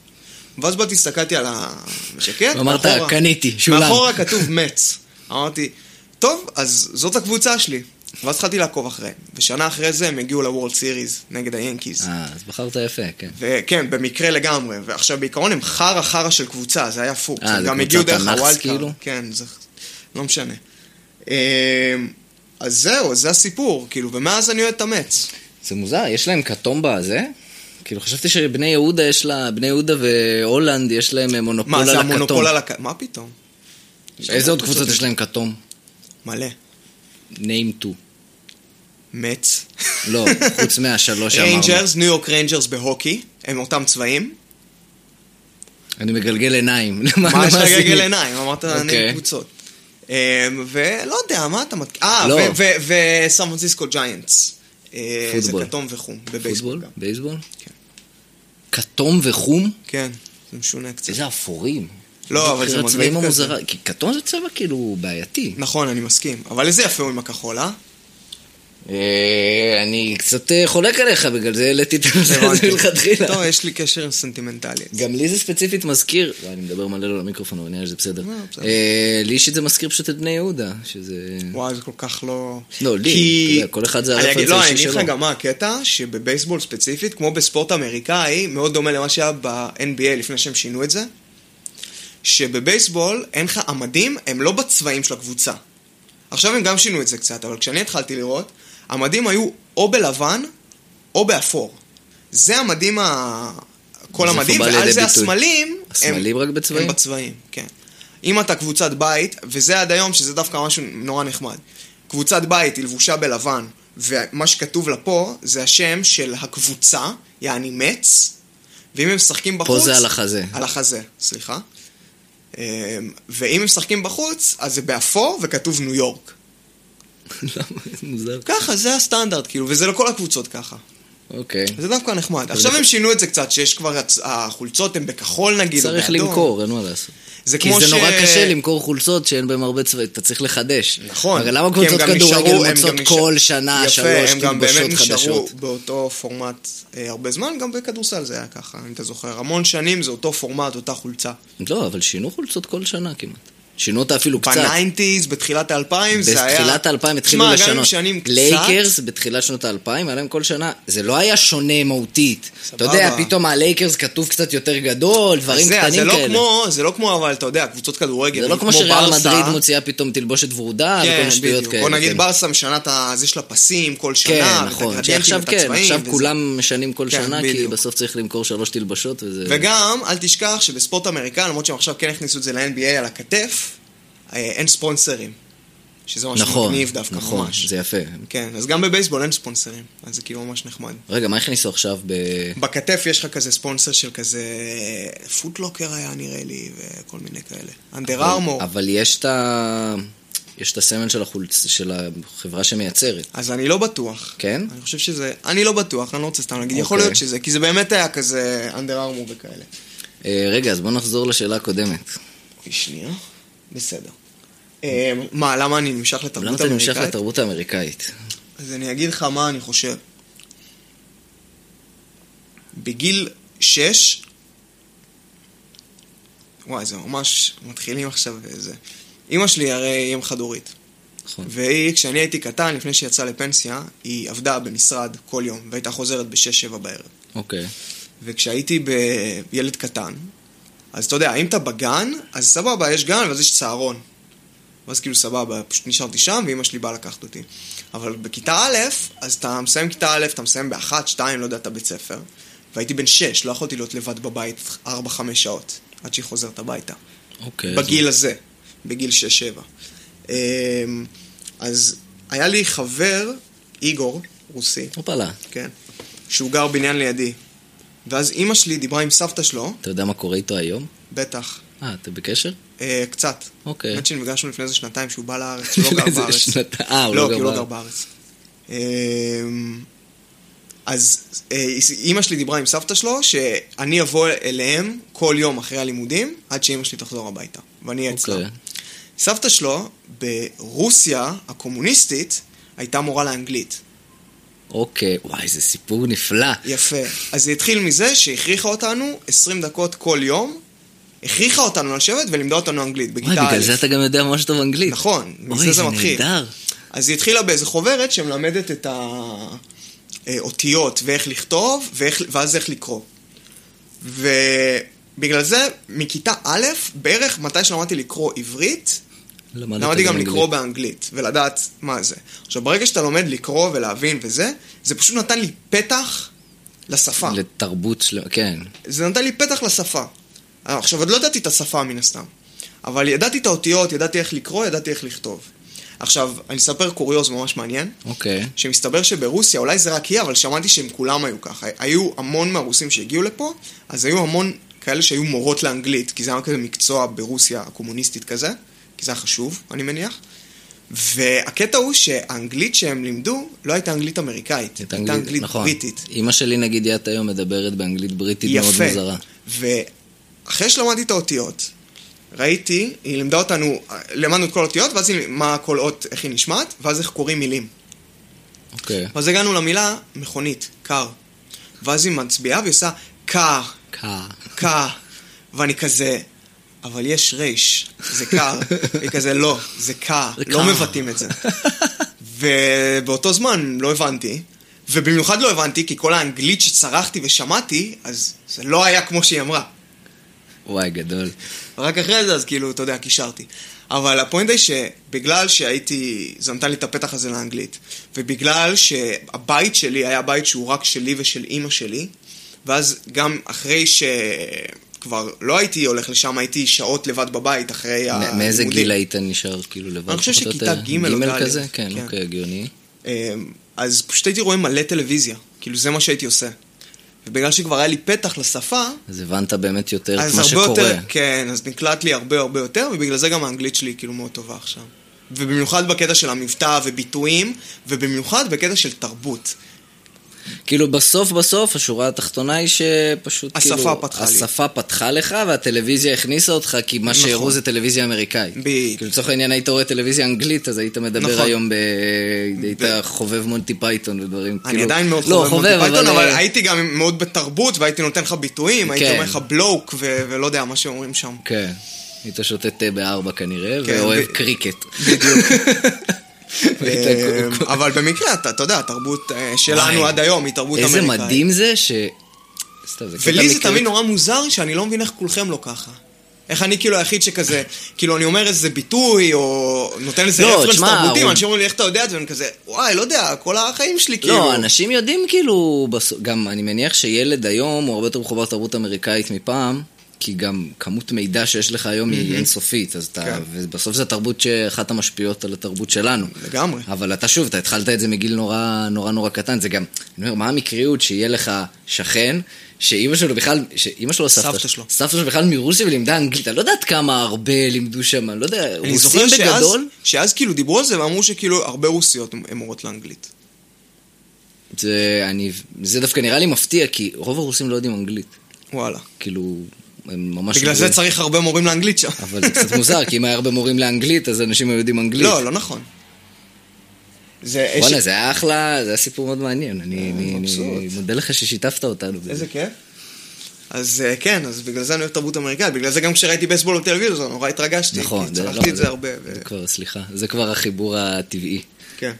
[SPEAKER 2] ואז באתי, הסתכלתי על הז'קט,
[SPEAKER 1] אמרת,
[SPEAKER 2] מאחורה-
[SPEAKER 1] "קניתי, שולם."
[SPEAKER 2] מאחורה כתוב מצ. אמרתי, טוב, אז זאת הקבוצה שלי. ואז התחלתי לעקוב אחריהם. ושנה אחרי זה הם הגיעו לוורלד סיריס נגד היאנקיז.
[SPEAKER 1] אה, אז בחרת יפה, כן.
[SPEAKER 2] וכן, במקרה לגמרי. ועכשיו, בעיקרון הם חרא חרא של קבוצה, זה היה פוקס.
[SPEAKER 1] אה,
[SPEAKER 2] הם
[SPEAKER 1] זה
[SPEAKER 2] גם
[SPEAKER 1] קבוצת
[SPEAKER 2] הגיעו דרך
[SPEAKER 1] הנאחס,
[SPEAKER 2] הווילד
[SPEAKER 1] כאילו?
[SPEAKER 2] קארד. כן, זה... לא משנה. אמ, אז זהו, זה הסיפור, כאילו, ומאז אני אוהד את המץ.
[SPEAKER 1] זה מוזר, יש להם כתום בזה? כאילו, חשבתי שבני יהודה יש לה... בני יהודה והולנד יש להם אה, מונופול
[SPEAKER 2] מה,
[SPEAKER 1] על
[SPEAKER 2] זה
[SPEAKER 1] הכתום.
[SPEAKER 2] המונופול על הכ... מה פתאום?
[SPEAKER 1] איזה עוד קבוצות יש להם כתום?
[SPEAKER 2] מלא.
[SPEAKER 1] name 2.
[SPEAKER 2] מץ.
[SPEAKER 1] לא, חוץ מהשלוש שאמרנו.
[SPEAKER 2] ריינג'רס, ניו יורק ריינג'רס בהוקי, הם אותם צבעים.
[SPEAKER 1] אני מגלגל עיניים. למה-
[SPEAKER 2] מה יש
[SPEAKER 1] למה
[SPEAKER 2] לך
[SPEAKER 1] עשיתי?
[SPEAKER 2] גגל עיניים? אמרת
[SPEAKER 1] אוקיי.
[SPEAKER 2] אני קבוצות. אמ, ולא יודע, מה אתה מתק... אה,
[SPEAKER 1] לא.
[SPEAKER 2] ו- ו- וסן פרנסיסקו ג'יינטס. אה, זה
[SPEAKER 1] פוטבול.
[SPEAKER 2] כתום וחום, בבייסבול
[SPEAKER 1] פוטבול?
[SPEAKER 2] גם.
[SPEAKER 1] בייסבול?
[SPEAKER 2] כן.
[SPEAKER 1] כתום וחום?
[SPEAKER 2] כן, זה משונה קצת.
[SPEAKER 1] איזה אפורים.
[SPEAKER 2] לא, אבל זה מגניב
[SPEAKER 1] הצבעים
[SPEAKER 2] כזה.
[SPEAKER 1] המוזרה- כי כתום זה צבע כאילו בעייתי.
[SPEAKER 2] נכון, אני מסכים. אבל איזה יפה הוא עם הכחול, אה?
[SPEAKER 1] אה, אני קצת אה, חולק עליך, בגלל זה העליתי את הנושא הזה מלכתחילה.
[SPEAKER 2] טוב, יש לי קשר סנטימנטלי.
[SPEAKER 1] גם לי זה ספציפית מזכיר, לא, אני מדבר מלא לא למיקרופון, אבל נראה לי שזה בסדר.
[SPEAKER 2] לא, בסדר.
[SPEAKER 1] אה, לי אישית זה מזכיר פשוט את בני יהודה, שזה...
[SPEAKER 2] וואי, זה כל כך לא...
[SPEAKER 1] כן. לא, לי,
[SPEAKER 2] כי-
[SPEAKER 1] אתה יודע, כל אחד זה
[SPEAKER 2] אני
[SPEAKER 1] הרפרנס
[SPEAKER 2] אגיד- לא,
[SPEAKER 1] האישי
[SPEAKER 2] אני אגיד לך
[SPEAKER 1] שלו.
[SPEAKER 2] גם מה הקטע, שבבייסבול ספציפית, כמו בספורט אמריקאי, מאוד דומה למה שהיה ב-NBA לפני שהם שינו את זה, שבבייסבול אין לך עמדים, הם לא בצבעים של הקבוצה. עכשיו הם גם שינו את זה קצת, אבל כשאני התחלתי לראות, המדים היו או בלבן או באפור. זה המדים ה... כל
[SPEAKER 1] אז איפה
[SPEAKER 2] המדים,
[SPEAKER 1] בא
[SPEAKER 2] ועל
[SPEAKER 1] לידי
[SPEAKER 2] זה
[SPEAKER 1] ביטוי?
[SPEAKER 2] הסמלים. הם-
[SPEAKER 1] הסמלים רק בצבעים?
[SPEAKER 2] הם בצבעים, כן. אם אתה קבוצת בית, וזה עד היום, שזה דווקא משהו נורא נחמד. קבוצת בית היא לבושה בלבן, ומה שכתוב לה פה, זה השם של הקבוצה, יעני מצ, ואם הם משחקים בחוץ...
[SPEAKER 1] זה על החזה.
[SPEAKER 2] על החזה, סליחה. אמ, ואם הם משחקים בחוץ, אז זה באפור וכתוב ניו יורק.
[SPEAKER 1] למה? זה מוזר.
[SPEAKER 2] ככה, זה הסטנדרט, כאילו, וזה לכל הקבוצות ככה.
[SPEAKER 1] אוקיי.
[SPEAKER 2] זה דווקא נחמד. עכשיו הם שינו את זה קצת, שיש כבר, הצ- החולצות הן בכחול נגיד, או
[SPEAKER 1] צריך
[SPEAKER 2] כאילו באדום.
[SPEAKER 1] למכור, אין מה לעשות.
[SPEAKER 2] זה
[SPEAKER 1] כי
[SPEAKER 2] כמו
[SPEAKER 1] זה
[SPEAKER 2] ש-
[SPEAKER 1] נורא קשה למכור חולצות שאין בהן הרבה צבעים, אתה צריך לחדש.
[SPEAKER 2] נכון.
[SPEAKER 1] הרי למה
[SPEAKER 2] כי הם
[SPEAKER 1] קבוצות
[SPEAKER 2] גם
[SPEAKER 1] כדורגל
[SPEAKER 2] נשארו- הם
[SPEAKER 1] מוצאות
[SPEAKER 2] גם נשאר-
[SPEAKER 1] כל שנה שלוש
[SPEAKER 2] יפה, הם גם באמת
[SPEAKER 1] תלבושות
[SPEAKER 2] נשארו
[SPEAKER 1] חדשות?
[SPEAKER 2] באותו פורמט אה, הרבה זמן, גם בכדורסל זה היה ככה, אם אתה זוכר. המון שנים זה אותו פורמט, אותה חולצה.
[SPEAKER 1] לא, אבל שינו חולצות כל שנה כמעט. שינו אותה אפילו קצת.
[SPEAKER 2] בניינטיז, בתחילת האלפיים, זה היה...
[SPEAKER 1] בתחילת האלפיים התחילו
[SPEAKER 2] תשמע,
[SPEAKER 1] לשנות.
[SPEAKER 2] גם אם שנים קצת...
[SPEAKER 1] לייקרס בתחילת שנות האלפיים, היה להם כל שנה, זה לא היה שונה מהותית. אתה
[SPEAKER 2] סבבה.
[SPEAKER 1] יודע, פתאום הלייקרס כתוב קצת יותר גדול, דברים
[SPEAKER 2] אז זה-
[SPEAKER 1] קטנים
[SPEAKER 2] אז
[SPEAKER 1] כאלה.
[SPEAKER 2] זה לא כמו, זה לא כמו, אבל אתה יודע, קבוצות כדורגל,
[SPEAKER 1] זה לא כמו שריאל מדריד מוציאה פתאום תלבושת ורודה
[SPEAKER 2] כן,
[SPEAKER 1] וכל שטויות
[SPEAKER 2] בדיוק.
[SPEAKER 1] כאלה.
[SPEAKER 2] בוא נגיד
[SPEAKER 1] כן.
[SPEAKER 2] ברסה משנה את הזה של הפסים כל שנה.
[SPEAKER 1] כן,
[SPEAKER 2] ואת
[SPEAKER 1] נכון.
[SPEAKER 2] הגרדיאנטים
[SPEAKER 1] שעכשיו
[SPEAKER 2] ואת
[SPEAKER 1] כן,
[SPEAKER 2] הצבעים,
[SPEAKER 1] עכשיו
[SPEAKER 2] וזה.
[SPEAKER 1] כולם משנים כל
[SPEAKER 2] כן,
[SPEAKER 1] שנה, כי
[SPEAKER 2] בדיוק.
[SPEAKER 1] בסוף צריך למכור שלוש תלבשות, וזה...
[SPEAKER 2] וגם, אל תשכח שבספורט אמריקאי, למרות שהם עכשיו כן הכניסו את זה ל-NBA על הכתף, אה, אין ספונסרים. שזה ממש
[SPEAKER 1] נכון,
[SPEAKER 2] מגניב דווקא,
[SPEAKER 1] נכון,
[SPEAKER 2] ממש.
[SPEAKER 1] זה יפה.
[SPEAKER 2] כן, אז גם בבייסבול אין ספונסרים, אז זה כאילו ממש נחמד.
[SPEAKER 1] רגע, מה הכניסו עכשיו ב...
[SPEAKER 2] בכתף יש לך כזה ספונסר של כזה אה, פוטלוקר היה נראה לי, וכל מיני כאלה. אנדר ארמור.
[SPEAKER 1] אבל יש את ה... יש את הסמל של החולצ... של החברה שמייצרת.
[SPEAKER 2] אז אני לא בטוח.
[SPEAKER 1] כן?
[SPEAKER 2] אני חושב שזה... אני לא בטוח, אני לא רוצה סתם להגיד. יכול
[SPEAKER 1] אוקיי.
[SPEAKER 2] להיות שזה, כי זה באמת היה כזה אנדר ארמור וכאלה.
[SPEAKER 1] אה, רגע, אז בוא נחזור לשאלה הקודמת.
[SPEAKER 2] אוי, שנייה. בסדר. אה, מה, למה אני נמשך לתרבות
[SPEAKER 1] למה
[SPEAKER 2] אמריקאית?
[SPEAKER 1] אתה נמשך לתרבות האמריקאית?
[SPEAKER 2] אז אני אגיד לך מה אני חושב. בגיל שש, וואי, זה ממש, מתחילים עכשיו זה. אימא שלי הרי היא אם חד-הורית,
[SPEAKER 1] נכון.
[SPEAKER 2] והיא, כשאני הייתי קטן, לפני שהיא יצאה לפנסיה, היא עבדה במשרד כל יום, והייתה חוזרת בשש-שבע בערב.
[SPEAKER 1] אוקיי.
[SPEAKER 2] וכשהייתי בילד קטן, אז אתה יודע, אם אתה בגן, אז סבבה, יש גן, ואז יש צהרון. ואז כאילו סבבה, פשוט נשארתי שם, ואימא שלי באה לקחת אותי. אבל בכיתה א', אז אתה מסיים כיתה א', אתה מסיים באחת, שתיים, לא יודע, את הבית ספר. והייתי בן שש, לא יכולתי להיות לבד בבית ארבע, חמש שעות, עד שהיא חוזרת הביתה.
[SPEAKER 1] אוקיי. אז-
[SPEAKER 2] בגיל הזה, בגיל 6-7. אמ, אז היה לי חבר, איגור, רוסי,
[SPEAKER 1] הופלה.
[SPEAKER 2] כן. שהוא גר בניין לידי. ואז אימא שלי דיברה עם סבתא שלו,
[SPEAKER 1] אתה יודע מה קורה איתו היום?
[SPEAKER 2] בטח,
[SPEAKER 1] אה, אתה בקשר?
[SPEAKER 2] אה, קצת.
[SPEAKER 1] אוקיי.
[SPEAKER 2] האמת שנפגשנו לפני איזה שנתיים שהוא בא לארץ, הוא לא גר
[SPEAKER 1] איזה
[SPEAKER 2] בארץ.
[SPEAKER 1] שנתיים. אה, הוא
[SPEAKER 2] לא,
[SPEAKER 1] לא
[SPEAKER 2] כי
[SPEAKER 1] גר
[SPEAKER 2] הוא לא
[SPEAKER 1] בארץ.
[SPEAKER 2] גר בארץ. אמ, אז אה, אימא שלי דיברה עם סבתא שלו, שאני אבוא אליהם כל יום אחרי הלימודים, עד שאימא שלי תחזור הביתה. ואני אהיה אצלה.
[SPEAKER 1] אוקיי.
[SPEAKER 2] סבתא שלו, ברוסיה הקומוניסטית, הייתה מורה לאנגלית.
[SPEAKER 1] אוקיי. וואי, זה סיפור נפלא.
[SPEAKER 2] יפה. אז זה התחיל מזה שהכריחה אותנו 20 דקות כל יום, הכריחה אותנו לשבת ולימדה אותנו אנגלית
[SPEAKER 1] וואי,
[SPEAKER 2] בכיתה
[SPEAKER 1] בגלל זה
[SPEAKER 2] א'.
[SPEAKER 1] אתה גם יודע משהו טוב אנגלית.
[SPEAKER 2] נכון, מזה זה מתחיל.
[SPEAKER 1] אוי, זה נהדר.
[SPEAKER 2] אז היא התחילה באיזה חוברת שמלמדת את האותיות ואיך לכתוב ואיך, ואז איך לקרוא. ובגלל זה, מכיתה א', בערך מתי שלמדתי לקרוא עברית,
[SPEAKER 1] למדת
[SPEAKER 2] למדתי גם
[SPEAKER 1] אנגלית.
[SPEAKER 2] לקרוא באנגלית, ולדעת מה זה. עכשיו, ברגע שאתה לומד לקרוא ולהבין וזה, זה פשוט נתן לי פתח לשפה.
[SPEAKER 1] לתרבות שלמה, כן.
[SPEAKER 2] זה נתן לי פתח לשפה. עכשיו, עוד לא ידעתי את השפה מן הסתם, אבל ידעתי את האותיות, ידעתי איך לקרוא, ידעתי איך לכתוב. עכשיו, אני אספר קוריוז ממש מעניין,
[SPEAKER 1] אוקיי.
[SPEAKER 2] שמסתבר שברוסיה, אולי זה רק היא, אבל שמעתי שהם כולם היו ככה. היו המון מהרוסים שהגיעו לפה, אז היו המון כאלה שהיו מורות לאנגלית, כי זה היה כזה מקצוע ברוסיה הקומוניסטית כזה, כי זה היה חשוב, אני מניח. והקטע הוא שהאנגלית שהם לימדו לא הייתה אנגלית אמריקאית,
[SPEAKER 1] את
[SPEAKER 2] הייתה אנגלית
[SPEAKER 1] נכון.
[SPEAKER 2] בריטית.
[SPEAKER 1] אימא שלי נגיד ית היום מדברת באנגלית בריטית מאוד
[SPEAKER 2] יפה.
[SPEAKER 1] מוזרה.
[SPEAKER 2] ואחרי שלמדתי את האותיות, ראיתי, היא לימדה אותנו, למדנו את כל האותיות, ואז היא, מה כל אות, איך היא נשמעת, ואז איך קוראים מילים.
[SPEAKER 1] אוקיי.
[SPEAKER 2] ואז הגענו למילה מכונית, קר. ואז היא מצביעה והיא עושה קר,
[SPEAKER 1] קה.
[SPEAKER 2] קר. ואני כזה, אבל יש רייש, זה קר. היא כזה, לא, זה קר,
[SPEAKER 1] זה
[SPEAKER 2] לא
[SPEAKER 1] קר."
[SPEAKER 2] מבטאים את זה. ובאותו זמן לא הבנתי, ובמיוחד לא הבנתי, כי כל האנגלית שצרחתי ושמעתי, אז זה לא היה כמו שהיא אמרה.
[SPEAKER 1] וואי, גדול.
[SPEAKER 2] רק אחרי זה, אז כאילו, אתה יודע, קישרתי. אבל הפואנטה היא שבגלל שהייתי, זה נתן לי את הפתח הזה לאנגלית, ובגלל שהבית שלי היה בית שהוא רק שלי ושל אימא שלי, ואז גם אחרי שכבר לא הייתי הולך לשם, הייתי שעות לבד בבית אחרי
[SPEAKER 1] מא-
[SPEAKER 2] הלימודים.
[SPEAKER 1] מאיזה גיל היית נשאר כאילו לבד?
[SPEAKER 2] אני חושב
[SPEAKER 1] פחות או
[SPEAKER 2] שכיתה
[SPEAKER 1] יותר?
[SPEAKER 2] ג' או ד'.
[SPEAKER 1] כזה? כן,
[SPEAKER 2] כן.
[SPEAKER 1] אוקיי, הגיוני.
[SPEAKER 2] אמ, אז פשוט הייתי רואה מלא טלוויזיה, כאילו זה מה שהייתי עושה. ובגלל שכבר היה לי פתח לשפה,
[SPEAKER 1] אז הבנת באמת יותר את
[SPEAKER 2] אז
[SPEAKER 1] מה
[SPEAKER 2] הרבה
[SPEAKER 1] שקורה.
[SPEAKER 2] יותר, כן, אז נקלט לי הרבה הרבה יותר, ובגלל זה גם האנגלית שלי היא כאילו מאוד טובה עכשיו. ובמיוחד בקטע של המבטא וביטויים, ובמיוחד בקטע של תרבות.
[SPEAKER 1] כאילו בסוף בסוף השורה התחתונה היא שפשוט
[SPEAKER 2] השפה
[SPEAKER 1] כאילו...
[SPEAKER 2] פתחה לי.
[SPEAKER 1] השפה פתחה לך והטלוויזיה הכניסה אותך כי מה
[SPEAKER 2] נכון.
[SPEAKER 1] שהראו זה טלוויזיה אמריקאית.
[SPEAKER 2] בדיוק.
[SPEAKER 1] כאילו לצורך העניין היית רואה טלוויזיה אנגלית אז היית מדבר
[SPEAKER 2] נכון.
[SPEAKER 1] היום ב... היית חובב מונטי פייתון ודברים
[SPEAKER 2] אני
[SPEAKER 1] כאילו...
[SPEAKER 2] עדיין מאוד
[SPEAKER 1] לא,
[SPEAKER 2] חובב מונטי פייתון, אבל
[SPEAKER 1] אה,
[SPEAKER 2] הייתי גם מאוד בתרבות, והייתי נותן לך ביטויים, הייתי
[SPEAKER 1] כן.
[SPEAKER 2] אומר לך בלוק, ו- ולא יודע, מה שאומרים שם.
[SPEAKER 1] כן. היית שותה תה בארבע כנראה,
[SPEAKER 2] כן,
[SPEAKER 1] ואוהב
[SPEAKER 2] ב-
[SPEAKER 1] קריקט. והיית
[SPEAKER 2] אה,
[SPEAKER 1] קו- קו-
[SPEAKER 2] אבל במקרה, אתה אתה יודע, התרבות אה, שלנו
[SPEAKER 1] וואי.
[SPEAKER 2] עד היום היא תרבות
[SPEAKER 1] איזה
[SPEAKER 2] אמריקאית.
[SPEAKER 1] מדהים זה ש... סתם, זה קטע
[SPEAKER 2] ולי זה
[SPEAKER 1] מקרי.
[SPEAKER 2] תמיד נורא מוזר שאני לא מבין איך כולכם לא ככה. איך אני כאילו היחיד שכזה, כאילו אני אומר איזה ביטוי, או נותן איזה
[SPEAKER 1] לא,
[SPEAKER 2] רפרנס
[SPEAKER 1] תשמע,
[SPEAKER 2] תרבותי,
[SPEAKER 1] הוא-
[SPEAKER 2] אנשים אומרים לי איך אתה יודע את זה, ואני כזה, וואי, לא יודע, כל החיים שלי כאילו.
[SPEAKER 1] לא, אנשים יודעים כאילו, בס- גם אני מניח שילד היום הוא הרבה יותר מחובר לתרבות אמריקאית מפעם, כי גם כמות מידע שיש לך היום היא אינסופית, אז אתה,
[SPEAKER 2] כן.
[SPEAKER 1] ובסוף זו התרבות שאחת המשפיעות על התרבות שלנו.
[SPEAKER 2] לגמרי.
[SPEAKER 1] אבל אתה שוב, אתה התחלת את זה מגיל נורא נורא נורא קטן, זה גם, אני אומר, מה המקריות שיהיה לך שכן, שאימא שלו בכלל, שאימא שלו, סבתא,
[SPEAKER 2] סבתא שלו.
[SPEAKER 1] סבתא שלו בכלל מרוסיה ולימדה אנגלית, אני לא יודעת כמה הרבה לימדו שם, אני לא יודע,
[SPEAKER 2] אני זוכר
[SPEAKER 1] רוסים
[SPEAKER 2] שאז,
[SPEAKER 1] בגדול,
[SPEAKER 2] שאז כאילו דיברו על זה ואמרו שכאילו הרבה רוסיות הן מורות לאנגלית.
[SPEAKER 1] זה, אני, זה דווקא נראה לי מפתיע, כי רוב הרוסים לא יודעים אנגלית.
[SPEAKER 2] וואלה.
[SPEAKER 1] כאילו, הם ממש...
[SPEAKER 2] בגלל זה
[SPEAKER 1] גרועים.
[SPEAKER 2] צריך הרבה מורים לאנגלית שם.
[SPEAKER 1] אבל זה קצת מוזר, כי אם היה הרבה מורים לאנגלית, אז אנשים היו יודעים אנגלית.
[SPEAKER 2] לא, לא נכון. זה...
[SPEAKER 1] וואלה,
[SPEAKER 2] יש- אה,
[SPEAKER 1] זה היה אחלה, זה היה סיפור מאוד מעניין. אני- אני אני
[SPEAKER 2] מבסוט.
[SPEAKER 1] מודה לך ששיתפת אותנו. בזה.
[SPEAKER 2] איזה כיף. אז אה, כן, אז בגלל זה אני אוהב תרבות אמריקאית. בגלל זה גם כשראיתי בייסבול בטלוויזיה, אז נורא התרגשתי.
[SPEAKER 1] נכון,
[SPEAKER 2] כי
[SPEAKER 1] לא,
[SPEAKER 2] צרכתי את זה הרבה. ו-
[SPEAKER 1] זה כבר, סליחה, זה כבר החיבור הטבעי.
[SPEAKER 2] כן.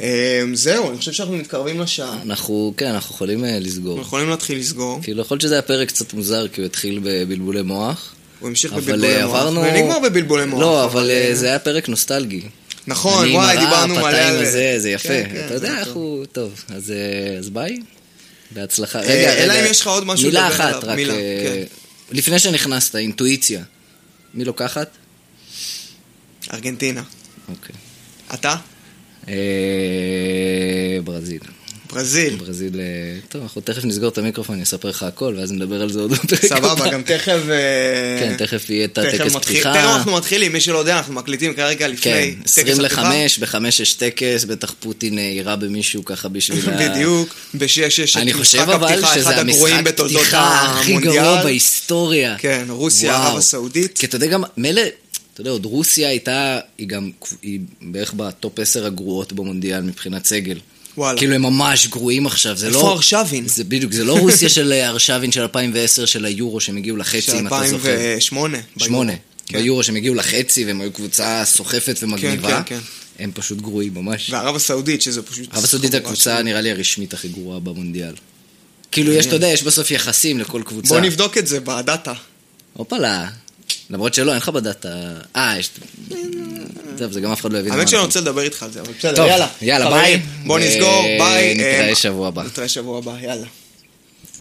[SPEAKER 2] אה, זהו, אני חושב שאנחנו מתקרבים לשעה.
[SPEAKER 1] אנחנו, כן, אנחנו יכולים אה,
[SPEAKER 2] אנחנו
[SPEAKER 1] לסגור.
[SPEAKER 2] יכולים להתחיל לסגור.
[SPEAKER 1] כאילו, יכול להיות שזה היה פרק קצת מוזר, כי הוא התחיל בבלבולי מוח.
[SPEAKER 2] הוא המשיך
[SPEAKER 1] אבל אה,
[SPEAKER 2] בבלבולי מוח.
[SPEAKER 1] עברנו...
[SPEAKER 2] ונגמר בבלבולי מוח.
[SPEAKER 1] לא, אבל אה,
[SPEAKER 2] אה,
[SPEAKER 1] זה היה פרק נוסטלגי.
[SPEAKER 2] נכון, וואי, דיברנו מלא
[SPEAKER 1] על... אני עם הרע,
[SPEAKER 2] על-
[SPEAKER 1] הזה, זה יפה.
[SPEAKER 2] כן, כן,
[SPEAKER 1] אתה
[SPEAKER 2] זה
[SPEAKER 1] יודע
[SPEAKER 2] היה
[SPEAKER 1] איך
[SPEAKER 2] טוב.
[SPEAKER 1] הוא... טוב, אז אה, אז ביי. בהצלחה.
[SPEAKER 2] אה,
[SPEAKER 1] רגע,
[SPEAKER 2] אלא
[SPEAKER 1] רגע.
[SPEAKER 2] אם יש לך עוד משהו
[SPEAKER 1] מילה
[SPEAKER 2] לדבר
[SPEAKER 1] אחת,
[SPEAKER 2] עליו.
[SPEAKER 1] רק...
[SPEAKER 2] מילה,
[SPEAKER 1] אה,
[SPEAKER 2] כן.
[SPEAKER 1] לפני שנכנסת, אינטואיציה. מי לוקחת?
[SPEAKER 2] ארגנטינה.
[SPEAKER 1] אוקיי.
[SPEAKER 2] אתה?
[SPEAKER 1] אה, ברזיל.
[SPEAKER 2] ברזיל.
[SPEAKER 1] ברזיל... אה, טוב, אנחנו תכף נסגור את המיקרופון, אני אספר לך הכל, ואז נדבר על זה עוד בפרק
[SPEAKER 2] סבבה,
[SPEAKER 1] הבא.
[SPEAKER 2] גם תכף... אה,
[SPEAKER 1] כן, תכף יהיה את
[SPEAKER 2] תכף
[SPEAKER 1] הטקס
[SPEAKER 2] מתחיל-
[SPEAKER 1] פתיחה.
[SPEAKER 2] תכף אנחנו מתחילים, מי שלא יודע, אנחנו מקליטים כרגע לפני
[SPEAKER 1] כן,
[SPEAKER 2] טקס
[SPEAKER 1] 20
[SPEAKER 2] הפתיחה.
[SPEAKER 1] ל-5, ב-5 יש טקס, בטח פוטין אה, יירה במישהו ככה בשביל ה...
[SPEAKER 2] בדיוק, בשש יש את
[SPEAKER 1] אני
[SPEAKER 2] משחק
[SPEAKER 1] חושב אבל
[SPEAKER 2] הפתיחה, אחד
[SPEAKER 1] שזה
[SPEAKER 2] הגרועים
[SPEAKER 1] המשחק
[SPEAKER 2] בתולדות
[SPEAKER 1] פתיחה הכי גרוע
[SPEAKER 2] המונדיאל.
[SPEAKER 1] בהיסטוריה.
[SPEAKER 2] כן, רוסיה,
[SPEAKER 1] וואו.
[SPEAKER 2] ערב הסעודית.
[SPEAKER 1] כי אתה יודע גם, מילא, אתה יודע, עוד רוסיה הייתה, היא גם, היא בערך בטופ 10 הגרועות במונדיאל מבחינת סגל.
[SPEAKER 2] וואלה.
[SPEAKER 1] כאילו הם ממש גרועים עכשיו, זה לא...
[SPEAKER 2] איפה ארשבין?
[SPEAKER 1] זה בדיוק, זה לא רוסיה של אה, ארשבין של 2010, של היורו, שהם הגיעו לחצי, אם אתה זוכר.
[SPEAKER 2] 2008.
[SPEAKER 1] שמונה.
[SPEAKER 2] ביורו. כן.
[SPEAKER 1] ביורו שהם הגיעו לחצי והם היו קבוצה סוחפת ומגניבה.
[SPEAKER 2] כן, כן,
[SPEAKER 1] הם פשוט גרועים ממש.
[SPEAKER 2] וערב הסעודית, שזה פשוט...
[SPEAKER 1] ערב הסעודית
[SPEAKER 2] חבורה
[SPEAKER 1] הקבוצה
[SPEAKER 2] של-
[SPEAKER 1] נראה לי הרשמית הכי גרועה במונדיאל. כאילו יש, אתה יודע, יש בסוף יחסים לכל קבוצה.
[SPEAKER 2] בוא נבדוק את זה בדאטה.
[SPEAKER 1] הופלה. למרות שלא, אין לך בדאטה... אה, יש... טוב, זה גם אף אחד לא יבין.
[SPEAKER 2] האמת
[SPEAKER 1] מה
[SPEAKER 2] שאני
[SPEAKER 1] אנחנו-
[SPEAKER 2] רוצה לדבר איתך על זה, אבל בסדר,
[SPEAKER 1] טוב,
[SPEAKER 2] יאללה.
[SPEAKER 1] יאללה,
[SPEAKER 2] חברים,
[SPEAKER 1] ביי.
[SPEAKER 2] בוא
[SPEAKER 1] ו-
[SPEAKER 2] נסגור, ביי.
[SPEAKER 1] נתראה
[SPEAKER 2] אה,
[SPEAKER 1] שבוע הבא.
[SPEAKER 2] נתראה שבוע הבא, יאללה.